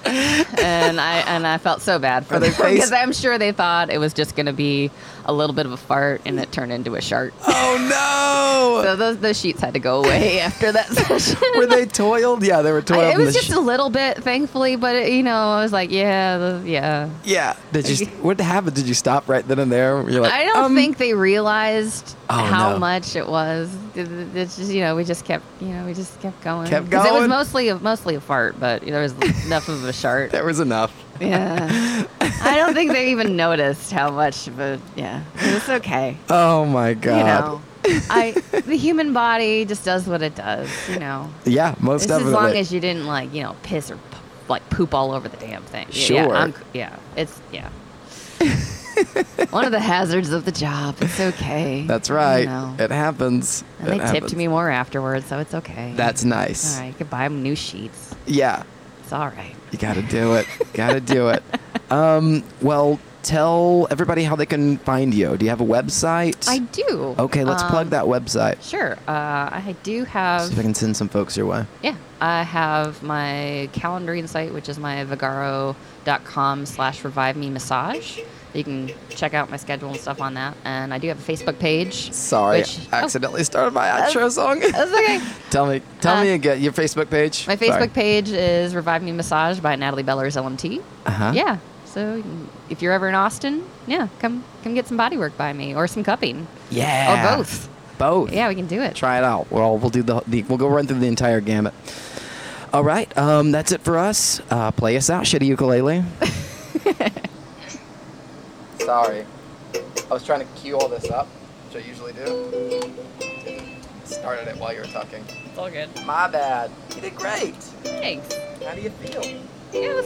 Speaker 3: and I and I felt so bad
Speaker 1: Are
Speaker 3: for
Speaker 1: they
Speaker 3: them *laughs* because
Speaker 1: face-
Speaker 3: I'm sure they thought it was just going to be a little bit of a fart, and it turned into a shark.
Speaker 1: oh
Speaker 3: So those those sheets had to go away *laughs* after that session. *laughs*
Speaker 1: no, were they toiled? Yeah, they were toiled.
Speaker 3: I, it
Speaker 1: in the
Speaker 3: was just
Speaker 1: sh-
Speaker 3: a little bit, thankfully, but it, you know, I was like, yeah, the- yeah.
Speaker 1: yeah. Did you? What happened? Did you stop right then and there? You're like,
Speaker 3: I don't
Speaker 1: um,
Speaker 3: think they realized
Speaker 1: Oh,
Speaker 3: how
Speaker 1: no.
Speaker 3: much it was. It- it- It's just, you know, we just kept, you know, we just kept going.
Speaker 1: Kept
Speaker 3: 'Cause It was
Speaker 1: going.
Speaker 3: mostly a, mostly a fart, but there was enough of a
Speaker 1: *laughs*
Speaker 3: shart.
Speaker 1: there was enough.
Speaker 3: Yeah.
Speaker 1: *laughs*
Speaker 3: I don't think they even noticed how much, but yeah, it's okay.
Speaker 1: Oh my god.
Speaker 3: You know, I the human body just does what it does. You know.
Speaker 1: Yeah, most
Speaker 3: It's
Speaker 1: definitely.
Speaker 3: as long as you didn't like you know piss or p- like poop all over the damn thing. Y-
Speaker 1: Sure.
Speaker 3: Yeah, I'm c- yeah it's yeah. *laughs* One of the hazards of the job. It's okay.
Speaker 1: That's right.
Speaker 3: You know.
Speaker 1: It happens.
Speaker 3: and they
Speaker 1: It
Speaker 3: tipped
Speaker 1: happens.
Speaker 3: me more afterwards, so it's okay.
Speaker 1: That's nice.
Speaker 3: all right. You could buy 'em new sheets.
Speaker 1: Yeah.
Speaker 3: It's all right.
Speaker 1: You got to do it. got to do
Speaker 3: *laughs*
Speaker 1: it. Um, well, tell everybody how they can find you. Do you have a website?
Speaker 3: I do.
Speaker 1: Okay, let's plug
Speaker 3: Um,
Speaker 1: that website.
Speaker 3: Sure. Uh, I do have.
Speaker 1: See if I can send some folks your way.
Speaker 3: Yeah, I have my calendaring site, which is my vigaro.com slash revive me massage. You can check out my schedule and stuff on that. And I do have a Facebook page.
Speaker 1: Sorry,
Speaker 3: which-
Speaker 1: I accidentally started my outro song.
Speaker 3: Oh, that's okay.
Speaker 1: tell me, tell
Speaker 3: Uh,
Speaker 1: me again your Facebook page.
Speaker 3: My Facebook page is Revive Me Massage by Natalie Bellers LMT.
Speaker 1: Uh-huh.
Speaker 3: Yeah. So you can- if you're ever in Austin, yeah, come come get some body work by me or some cupping.
Speaker 1: Yeah.
Speaker 3: Or both.
Speaker 1: Both.
Speaker 3: Yeah, we can do it.
Speaker 1: Try it out. We'll we'll do the, the we'll go run through the entire gamut. All right, um, that's it for us. Uh, play us out, shitty
Speaker 3: *laughs*
Speaker 1: ukulele. Sorry, I was trying to cue all this up, which I usually do. Started it while you were talking.
Speaker 3: It's all good.
Speaker 1: My bad. You did great.
Speaker 3: Thanks.
Speaker 1: How do you feel?
Speaker 3: Yeah, it was